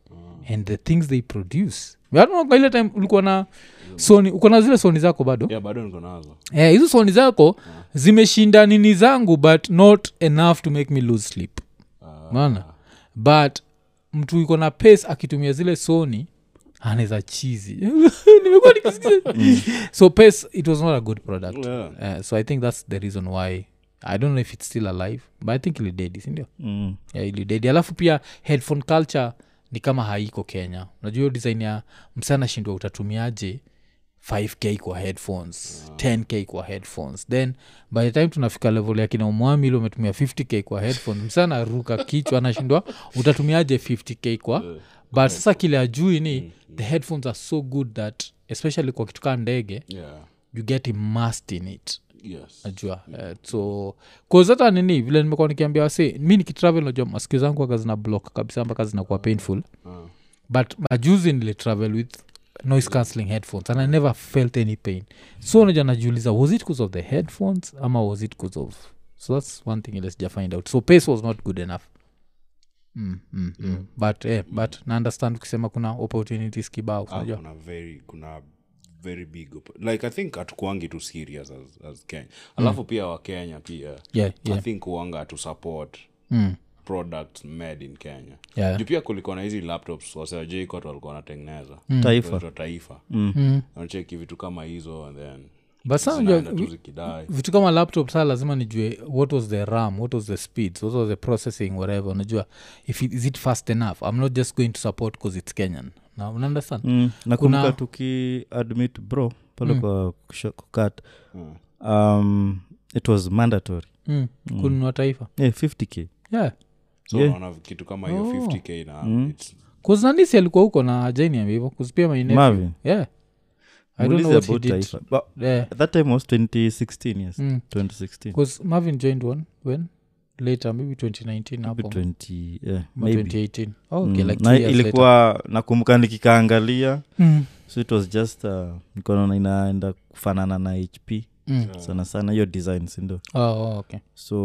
and the things they produce I don't know, kwa ile time ulikuwa na soni uko na zile soni zako bado
yeah bado niko nazo
Eh, hizo soni zako zimeshinda nini zangu but not enough to make me lose sleep mana but mtu iko na pace akitumia zile soni anaweza chizi nimekuwa nikisikia so pace it was not a good product
Yeah.
Eh, so i think that's the reason why i don't know if it's still alive but i think ilidedi sindio
mm.
yeah, ilidedi alafu pia headphone culture ni kama haiko kenya unajua hiyo design ya msana shindwa utatumiaje 5k kwa headphones 10k kwa headphones then by the time tunafika level ya kina umwamili umetumia 50k kwa headphones msana aruka kichwa anashindwa utatumiaje 50k kwa but sasa kile ajui ni the headphones are so good that especially kwa kitu kaa ndege
yeah
you get immersed in it
yes
najua eh, so kuzata nini vile nimekuwa nikiambia wasi mi nikitravel najua masikio zangu aga zina block kabisa mpaka
Ah,
zinakuwa painful but majuzi nilitravel with noise cancelling headphones and i never felt any pain so naja najiuliza was it cause of the headphones ama was it cause of so that's one thing ile sija find out so pace was not good enough mm, mm, mm. but eh, but na understand ukisema kuna opportunities kibao
Ah,
unajua
kuna very kuna very big op- like i think hatukuangi tu serious as, as kenya alafu pia wakenya pia
Mm. Yeah, yeah.
i think huanga to support
Mm.
products made in kenya
Yeah.
juu pia kulikuwa na hizi laptops wasewajeikoto walikuwa wanatengeneza
Mm.
taifa Mm.
Kutoka taifa wanacheki vitu kama hizo and then
but sa unajua,
zinaenda tu zikidai
vitu kama laptop saa lazima nijue what was the ram what was the speed what was the processing whatever unajua if it, is it fast enough i'm not just going to support because it's kenyan na unaunderstand
mm.
Kuna- Hmm.
nakumbuka tuki admit bro pale kwa kusho- kukat um, it was mandatory Eh,
mm. kununua taifa
yeah, 50k
yeah
so
Yeah. Mm.
unaona kitu kama
Oh.
hiyo 50k na it's-
kuznanisi alikuwa huko na ajaini hivo kuzipia mainev
Marvin,
yeah i don't know
muulize
what he
about
did
taifa But
yeah
at that time was 2016 yes
Mm.
2016
because marvin joined one when later maybe 2019
Maybe
hapo
20 yeah,
ama
maybe.
2018 oh, okay,
Mm.
like
na
two years later.
ilikuwa nakumbuka nikikaangalia
Mm,
so it was just uh, nikonaona inaenda kufanana na hp
mm.
sana sana hiyo design sindo
Oh, oh, okay.
so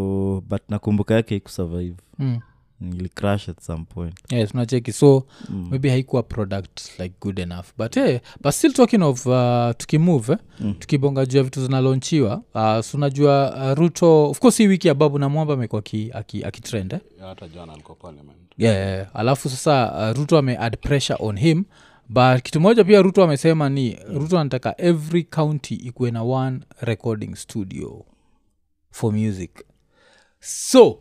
but nakumbuka yake ikusurvive
Mm.
ilicrash at some point
yes nacheki so
Mm.
maybe haikuwa product like good enough but hey, but still talking of uh, tukimove eh,
Mm.
tukibonga juu ya vitu zinalonchiwa uh, so unajua uh, ruto of course hii wiki ya babu na mwamba amekuwa akitrend aki, akitrend, eh?
hata jana alikuwa parliament
yeah, yeah, yeah. alafu sasa uh, ruto ame add pressure on him but kitu moja pia ruto amesema ni ruto anataka every county ikuwe na one recording studio for music so uh,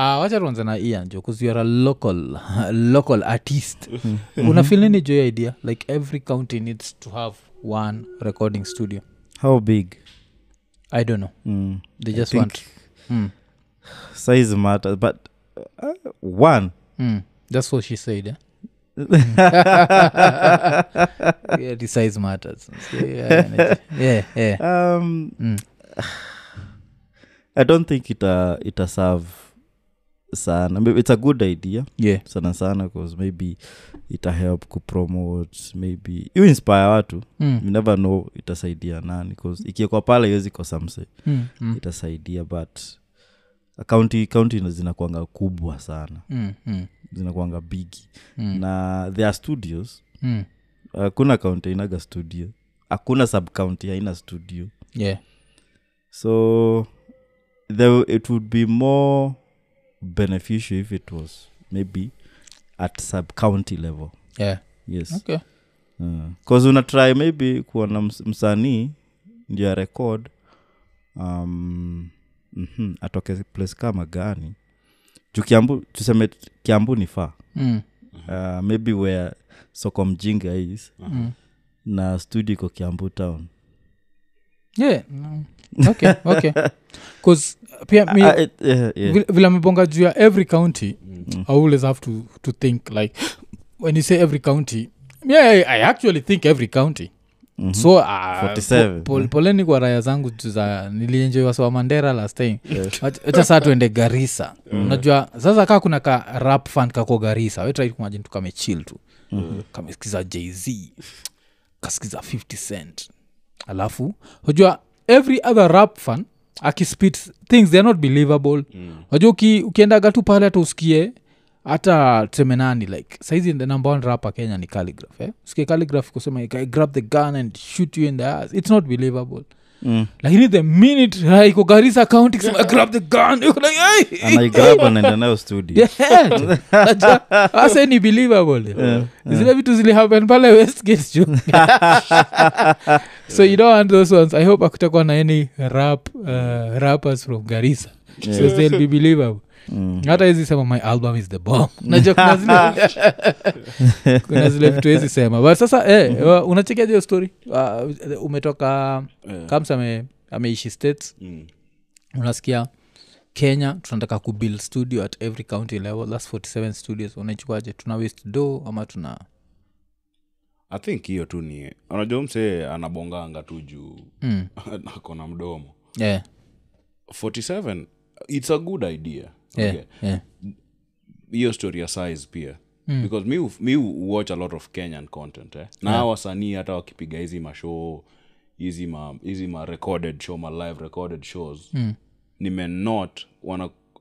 wacha tuanze na ianjo bcause youare a local local artist una feel nini jo idea like every county needs to have one recording studio
how big
i don't know
mm.
they
I
just
think
want mm.
size matters but uh, one
Mm. that's what she said eh? yeah, the size matters yeah, yeah, yeah.
um,
Mm.
i don't think ita ita serve sana Maybe it's a good idea
yeah.
sana sana cause maybe ita help kupromote maybe you inspire watu
Mm.
you never know itasaidia nani cause ikiekwa pale iwezi kosa mse
Mm. Mm.
itasaidia but kaunti kaunti ndo zinakuanga kubwa sana
Mm. Mm.
zinakuanga bigi
Mm.
na there are studios
Mm.
hakuna kaunti hainaga studio hakuna sub kaunti haina studio
yeah
so there, it would be more beneficial if it was maybe at sub county level
yeah
yes
okay
bcause una try maybe kuona ms- msanii ndio ya record um, mhm, atoke place kama gani juu kiambu tuseme t- kiambu ni faa
mm.
uh, maybe where soko mjinga is
Mm.
na studio iko kiambu town
yeah mm. okay okay bcause pia mi,
Ah, ah, it- eh, eh.
vile- vile amebonga juu ya every county i always have to, to think like when you say every county yeah, I, i actually think every county
Mhm.
so uh,
47,
po- pol- poleni kwa raya zangu tu za nilienjoiwasewa mandera last time
Yeah.
Wacha- wacha saa tuende garisa unajua sasa kaa kuna ka rap fan kako garisa wetraikumajini tu kamechil tu kamesikiza jz kasikiza 50 cent alafu unajua every other rap fan akispit things theyare not believable unajua uki, ukiendaga tu pale hata usikie hata tuseme nani like saizi the number one rapper kenya ni calligraph eh? usikie calligraph kusema "I grab the gun and shoot you in the ass it's not believable
Mm.
lakini the minute ha, iko garisa county kusema "I grab the gun uko like, "Ai!"
anaigraba naenda nayo studio
Yeah. Najua, hasa ni believable zile vitu zilihappen pale westgate jo so you don't want those ones i hope akutakuwa na any rap uh, rappers from garisa
Yeah.
so they'll be believable
Mm.
hata hizi sema my album is the bomb najua kuna zile kuna zile vitu hizi sema but sasa eh,
Mm-hmm.
wa- unachekia hiyo story uh, umetoka
Eh.
kams ame, ameishi states
Mm.
unasikia kenya tunataka kubuild studio at every county level thats 47 studios unaichukaje tuna west do ama tuna
i think hiyo tu ni unajua msee anabonganga tu juu
mm.
ako na mdomo
yeah,
47 its a good idea
yeah,
Okay.
yeah.
hiyo story ya size pia mm. because mi, hu- mi hu- watch a lot of kenyan content eh? na yeah. wasanii hata wakipiga hizi mashow hizi ma, hizi ma recorded show ma live recorded shows mm. nimenot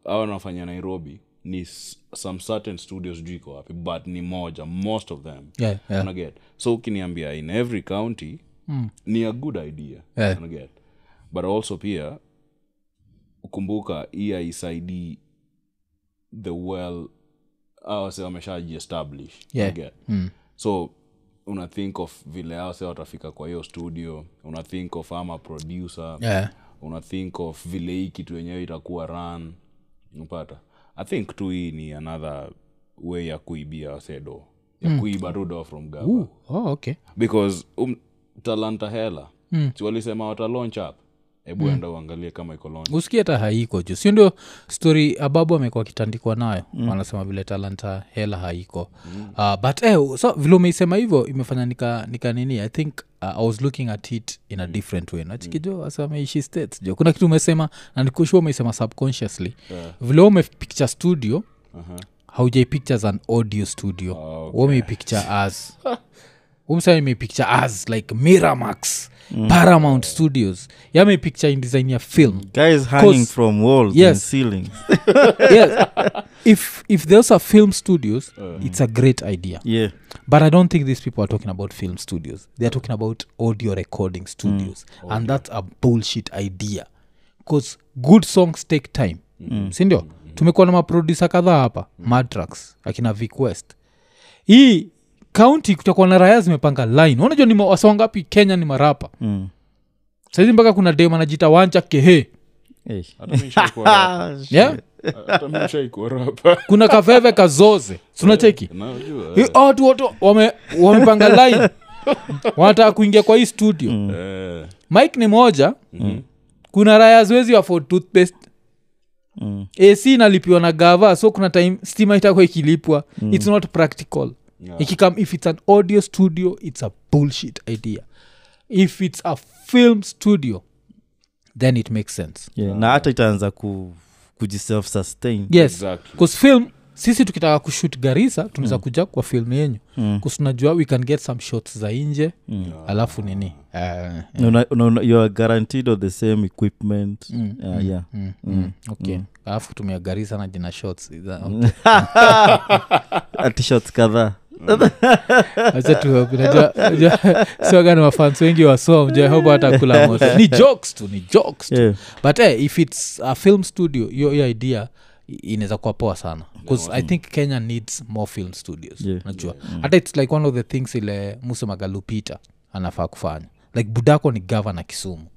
wanafanya nairobi ni s- some certain studios sijui iko wapi but ni moja most of them
Yeah, yeah. Hmm.
unaget so ukiniambia in every county mm. ni a good idea
Yeah.
unaget but also pia kumbuka hii haisaidii the well awase wameshajiestablish
Yeah. Hmm.
unaget mm. so una think of vile awase watafika kwa hiyo studio una think of ama producer
yeah.
una think of vile hii kitu yenyewe itakuwa run mpata i think tu hii ni another way ya kuibia wasedo ya kuiba tu do from gava
Ooh, oh, okay
because um, talanta hela mm. walisema watalaunch up hebu enda uangalie kama iko launch
usikia hata haiko juu sio ndio stori ababu amekuwa akitandikwa nayo mm. wanasema vile talanta hela haiko mm. uh, but eh, so vile umeisema hivyo imefanya nika, nika nini i think uh, i was looking at it in a different way nachikijo mm. ameishi states jo kuna kitu umesema na nikushua umeisema subconsciously yeah. vile umepicture studio
uh-huh.
haujaipicha as an audio studio Oh, okay. umeipicture as umsema imeipicture as like miramax mm. paramount studios yameipicture in design ya film
guys hanging
Cause-
from walls and
Yes.
ceilings
yeah. if if those are film studios it's a great idea
yeah
but i don't think these people are talking about film studios they're talking about audio recording studios and that's a bullshit idea because good songs take time sindio tumekuwa na maprodusa kadhaa hapa matrax akina viquest hii kaunti kutakuwa na raya zimepanga line unajua ni ma- wasee wangapi kenya ni marapa
mm.
saizi mpaka kuna dem anajita wancha kehe
Eh.
yeah?
hatamshaikuwa rapa
kuna kaveve kazoze tunacheki
najua
Hii watu wote wame- wamepanga line wanataka kuingia kwa hii studio mm.
eh,
mike ni moja mm. kuna raya zoezi wa for toothpaste
Mm.
ac inalipiwa na gava so kuna time stima itakuwa ikilipwa mm. its not practical
yeah.
ikikam if its an audio studio its a bullshit idea if its a film studio then it makes sense
yeah. na hata itaanza ku, kujiself sustain
yes
Exactly.
bcause film sisi tukitaka kushut garisa tunaweza mm. kuja kwa film yenyu mm. kusunajua we can get some shots za inje mm. alafu nini uh,
Una, una, una, you are guaranteed of the same equipment mm. uh, yeah mm. Mm.
okay alafu tumia garisa na jina shots Is that-
Uh, t-shirts kadhaa
acha tu- unajua- unajua- siwaga na mafans wengi wasomjhoba watakula moto ni jokes tu ni jokes tu
Yeah.
but eh, if its a film studio hiyo hiyo idea i- inaweza kuwa poa sana bcause i think kenya needs more film studios
mm. Yeah. mm.
najua hata its like one of the things ile musemagalupeter anafaa kufanya like budako ni gavana kisumu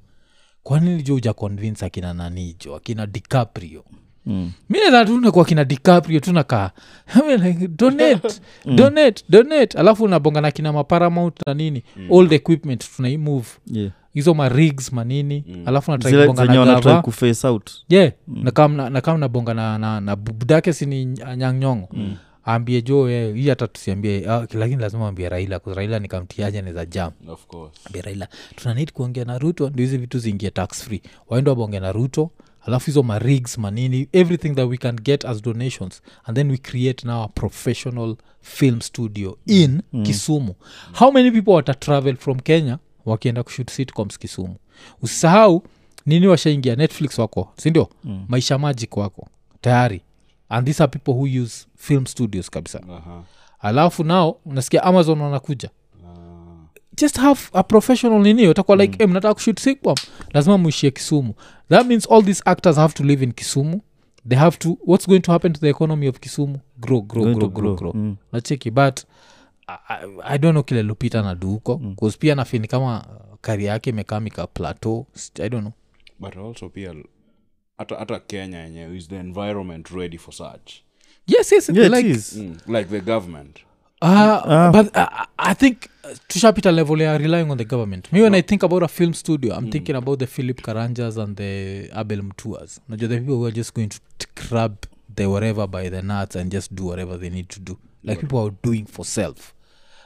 kwanini jo uja convince akina nanijo akina dicaprio
Mm.
minezatunakuwa kina dicaprio tunakaa I mean, like, donate
Mm.
donate donate alafu unabonga na kina maparamount na nini
Mm.
old equipment tunaimove
yeah.
hizo marigs manini mm. alafu natry
zile
kubonga
zenye Mm.
na
wanatrai
gava
kuface out
ye nakam nabonga na, na, na budake sini nyangnyongo mm. ambie jo eh, hii hata tusiambie ah, lakini lazima ambie raila 'cause raila nikamtiaje neza jam
of course
Ambie raila tunanid kuongea na ruto ndio hizi vitu ziingie tax free waende wabonge na ruto alafu hizo marigs manini everything that we can get as donations and then we create now a professional film studio in mm. kisumu how many people watatravel from kenya wakienda kushut sitcoms kisumu usisahau nini washaingia netflix wako sindio mm. maisha magic wako tayari and these are people who use film studios kabisa
Aha.
alafu nao unasikia amazon wanakuja
Ah.
just have a professional nini utakuwa like mm. mnataka kushut sitcom lazima muishie kisumu that means all these actors have to live in kisumu they have to what's going to happen to the economy of kisumu grow grow
Going
grow,
to
grow,
grow.
grow.
Mm.
nacheki but I, I- i don't know kile lupita na duko mm. pia nafini kama kari yake imekaa mika plateau s- i don't know
but also pia hata hata kenya yenyewe is the environment ready for such
yes yes
yeah,
like,
it is.
mm. like the government
Uh,
Ah.
but uh, I think uh, tushapita level ya relying on the government me when i think about a film studio
Mm.
i'm thinking about the philip karanjas and the abel mtuas najua the people who are just going to t- grab the whatever by the nuts and just do whatever they need to do like people are doing for self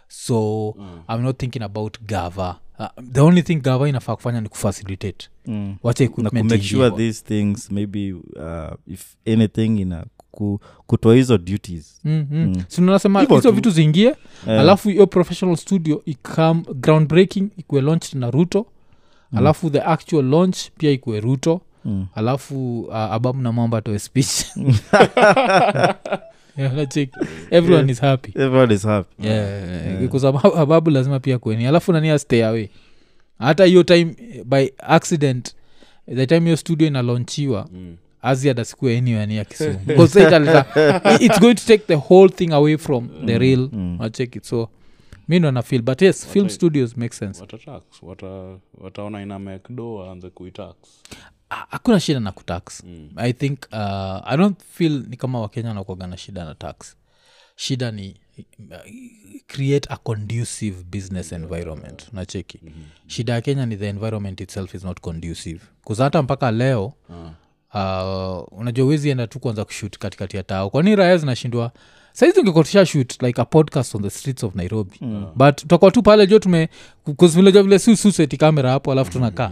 so
Mm.
i'm not thinking about gava uh, the only thing gava inafaa kufanya ni kufacilitate mm. wacha
na
equipment
kumake
ingie
sure
kwa-
these things maybe uh, if anything ina ku, kutoa hizo duties
mm. sinasema
Hivyo
hizo
tu.
vitu ziingie
Eh.
alafu hiyo professional studio ikam groundbreaking ikuwe launched na ruto alafu the actual launch pia ikuwe ruto mm. alafu uh, abamu na mwamba atoe speech Yeah, nacheki. everyone is happy
everyone is happy
yeah, yeah. because Ab- ababu lazima pia kweni alafu nania stay away hata hiyo time eh, by accident the time hiyo studio inalaunchiwa mm asiad asikua anywhere near kisumu because it it's going to take the whole thing away from the real mm. check it so mi ndo na feel but yes film
Watai-
studios make sense
watatax wata, wataona ina mcdo waanze kuitax
Ha- Ah, hakuna shida na kutax
Mm.
i think uh, i don't feel ni kama wakenya wanakuaga na shida na tax shida ni uh, create a conducive business environment nacheki shida ya kenya ni the environment itself is not conducive kuza hata mpaka leo uh, unajua uwezi enda tu kuanza kushut katikati ya tao kwani raya zinashindwa saizi ungekotesha shut like a podcast on the streets of nairobi mm. but tutakuwa tu pale jo tume kuzvilejua vile si suseti kamera hapo alafu tunakaa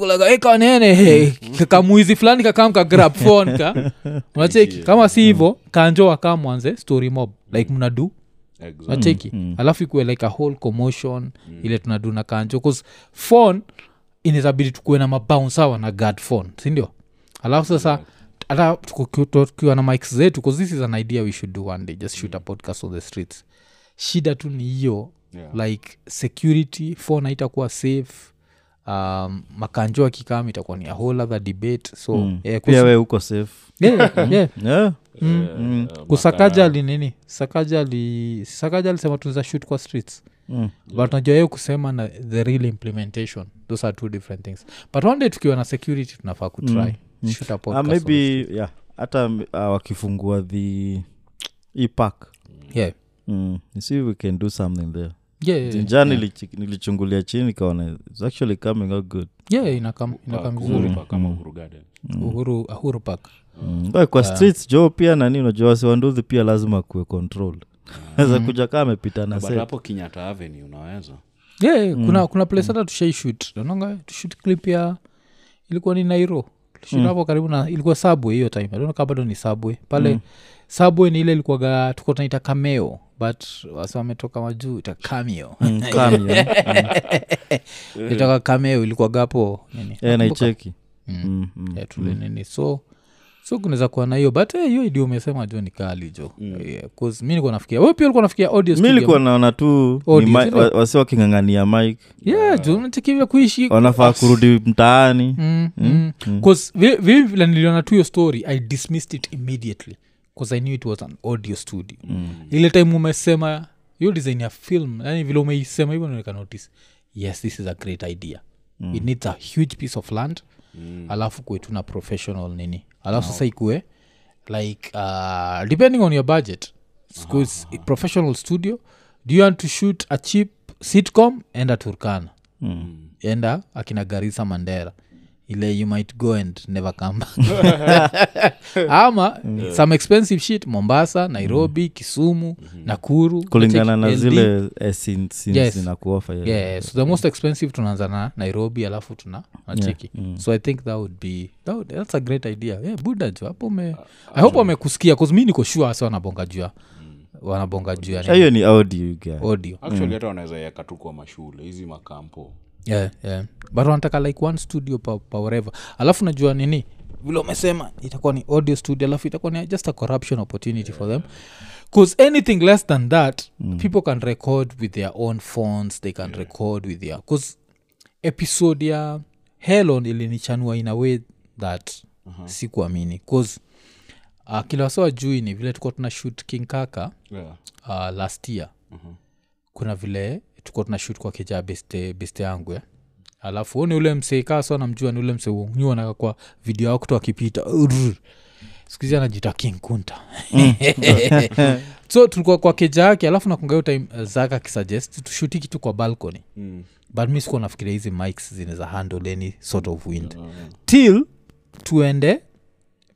takatukulaganene kamuizi fulani kakam ka grab phone ka unacheki kama si hivo kanjo wakaa mwanze story mob like mnadu
Exactly.
nacheki
Mm,
alafu ikuwe like a whole commotion ile tunadu na kanjo bcause phone inatabidi tukuwe na mabounsa wana guard phone sindio alafu sasa
Mm.
hata tuku- tukiwa na mics zetu bcause this is an idea we should do one day just shoot a
Mm.
podcast on the streets shida tu ni hiyo
Yeah.
like security phone haitakuwa safe um, makanjo akikam itakuwa ni a whole other debate so mm. eh, kus-
pia we Mm. uko safe
yeah, yeah.
yeah.
Eh, eh,
mm, kusakaja ali nini sakaja ali sakaja alisema tunaweza shoot kwa streets
Mm.
but najua yeye kusema na the real implementation those are two different things but one day tukiwa na security tunafaa kutry mm. shoot a
Ah,
podcast
maybe yeah hata uh, wakifungua the ipak
on- yeah.
mm. You see we can do something there
Yeah, yeah, yeah.
njaa nilichi- nilichungulia chini nikaona its actually coming out good
yeah, yeah, inakam
Ah,
inakam
Uhuru
vizuri
Park ama Uhuru Garden.
uhuru uhuru park
mm. Well,
Ah.
kwa streets jo pia nani unajua wasiwanduzi pia lazima kuwe control
Mm.
naweza kuja kaa amepita na
But
set.
hapo kenyatta avenue unaweza
yeah, yeah,
Mm.
kuna kuna place hata tushaishoot nanonga tushut clip ya ilikuwa ni nairo tushut
Mm.
hapo karibu na ilikuwa subway hiyo time adona kaa bado ni subway
Mm.
pale subway ni ile ilikuwaga tuko tunaita cameo but wasa wametoka majuu ita cameo
Mm, come, yeah.
itoka cameo ilikuwaga hapo nini
Eh, naicheki
mm.
Mm, mm.
yeah, tule nini so so kunaweza kuwa na hiyo but eh, hiyo hey, idio umesema jo ni kali jo mm. yeah, 'cause mi nilikuwa nafikia we pia ulikuwa nafikia audio
mi
studio. Oh,
likuwa naona tu ni
Audio,
mi-
isn't it?
wa- wasi waking'ang'ania mik
yeah jo nachekivya kuishi
wanafaa kurudi mtaani
Mm, mm. 'Cause vi- vi- vile niliona tu hiyo story i dismissed it immediately bcause i knew it was an audio studio ile time umesema hiyo design ya film yani vile umeisema hivyo nika notice yes this is a great idea mm. it needs a huge piece of land mm. alafu kuwe tuna professional nini alafu sasa ikuwe like uh, depending on your budget because a professional studio do you want to shoot a cheap sitcom enda turkana enda akina garisa mandera ile you might go and never come back ama some expensive shit mombasa nairobi kisumu nakuru
Mm-hmm. kulingana na
Nacheki, LD.
zile eh, scenes- scenes
Yes.
zinakuofa, yeah.
yeah so the most expensive tunaanza na nairobi alafu tuna nacheki
mm.
so i think that would be that would, that's a great idea yeah, buda jua hapo ume
Uh,
i hope wamekusikia bcause mi niko sure hasa wanabonga jua
mm.
wanabonga jua
Ah, hiyo ni audio you get.
audio
actually hata wanaweza yeka tu kwa mashule hizi makampo
yeah, yeah. but wanataka like one studio pa, pa wherever alafu najua nini vile umesema itakuwa ni audio studio alafu itakuwa ni just a corruption opportunity yeah. for them bcause anything less than that mm. people can record with their own phones they can yeah. record with their bcause episode ya helon ilinichanua in a way that uh-huh. sikuamini bcause uh, kila wasewa jui ni vile tukuwa tuna shoot king kaka
yeah.
uh, last year
Mhm.
mm-hmm. kuna vile tuko tunashut kwa kija beste, beste yangu eh? alafu huu ni ule msee kaa so namjua ni ule msee nyuanaga kwa video yako tu akipita urr. siku hizi anajita king kunta
Mm.
so tulikuwa kwa keja yake alafu nakunga hiyo time uh, zaka akisuggest tushuti kitu kwa balcony
mm.
but mi sikuwa nafikiria hizi mics zinaweza handle any sort of wind
Mm.
till tuende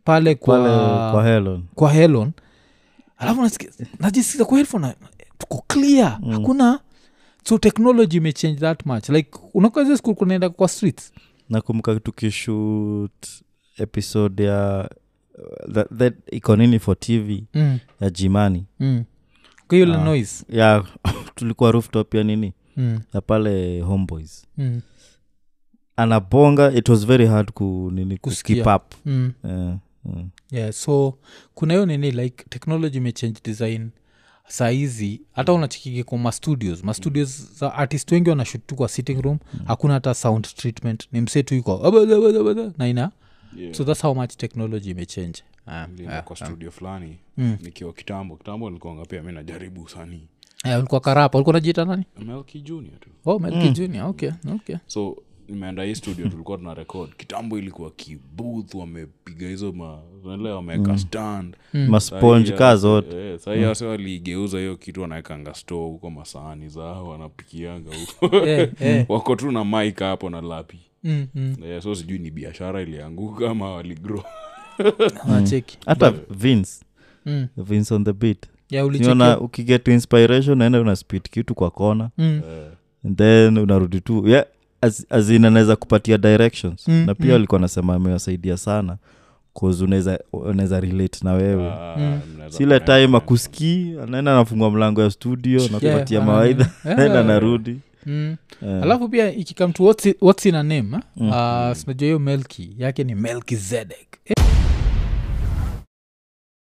pale kwa,
pale kwa helon
kwa helon alafu nasikia- najisikiza kwa headphone na- tuko clear hakuna so technology imechange that much like unakaa skul kunaenda kwa streets
nakumbuka tukishut episode ya uh, that, that iko nini for tv
mm.
ya jimani
mm. kwa hiyo ile noise
ya tulikuwa rooftop ya nini
mm.
ya pale homeboys
Mm.
anabonga it was very hard ku nini ku
Kusikia.
keep up
mm.
Eh, mm.
yeah, so kuna hiyo nini like technology imechange design saa hizi hata unachikiki kwa mastudios mastudios za artist wengi wanashut tu kwa sitting room hakuna hata sound treatment ni msee tu iko "Abada, abada, abada," na ina
Yeah.
so that's how much technology imechange Ah,
Nilikuwa
yeah.
kwa studio fulani
Mm.
nikiwa kitambo kitambo nilikuanga pia mi najaribu usanii
Eh, ulikuwa karapa ulikuwa najiita nani
melki junior tu
oh,
Mm.
Melky Junior, okay, okay.
so nimeenda hii studio tulikuwa tuna rekod kitambo ilikuwa kibooth wamepiga hizo ma zile
Mm.
wameweka stand
masponge kaa zote Mm.
sahii wase waligeuza hiyo kitu wanawekanga store huko masahani zao wanapikianga huko
Eh, eh.
wako tu na mik hapo na lapi
Mm, mm.
Eh, so sijui ni biashara ilianguka ama waligro
Unacheki.
hata vince
Ah, Mm.
vince on the beat
Yeah, ulicheki.
niona ukiget inspiration naenda una spit kitu kwa kona
Mm.
and then unarudi tu yeah, as, as in anaweza kupatia directions
Mm,
na pia
mm.
alikuwa anasema amewasaidia sana cause unaweza unaweza relate na wewe
Ah,
sile time akuskii anaenda anafungua mlango ya studio nakupatia
Yeah,
mawaidha
ah, yeah.
naenda narudi
Mm.
Eh,
alafu pia
Mm.
Ah, ikikam tu what's, i- what's in a name eh? Ah, sinajua hiyo melki yake ni melki zedek Eh,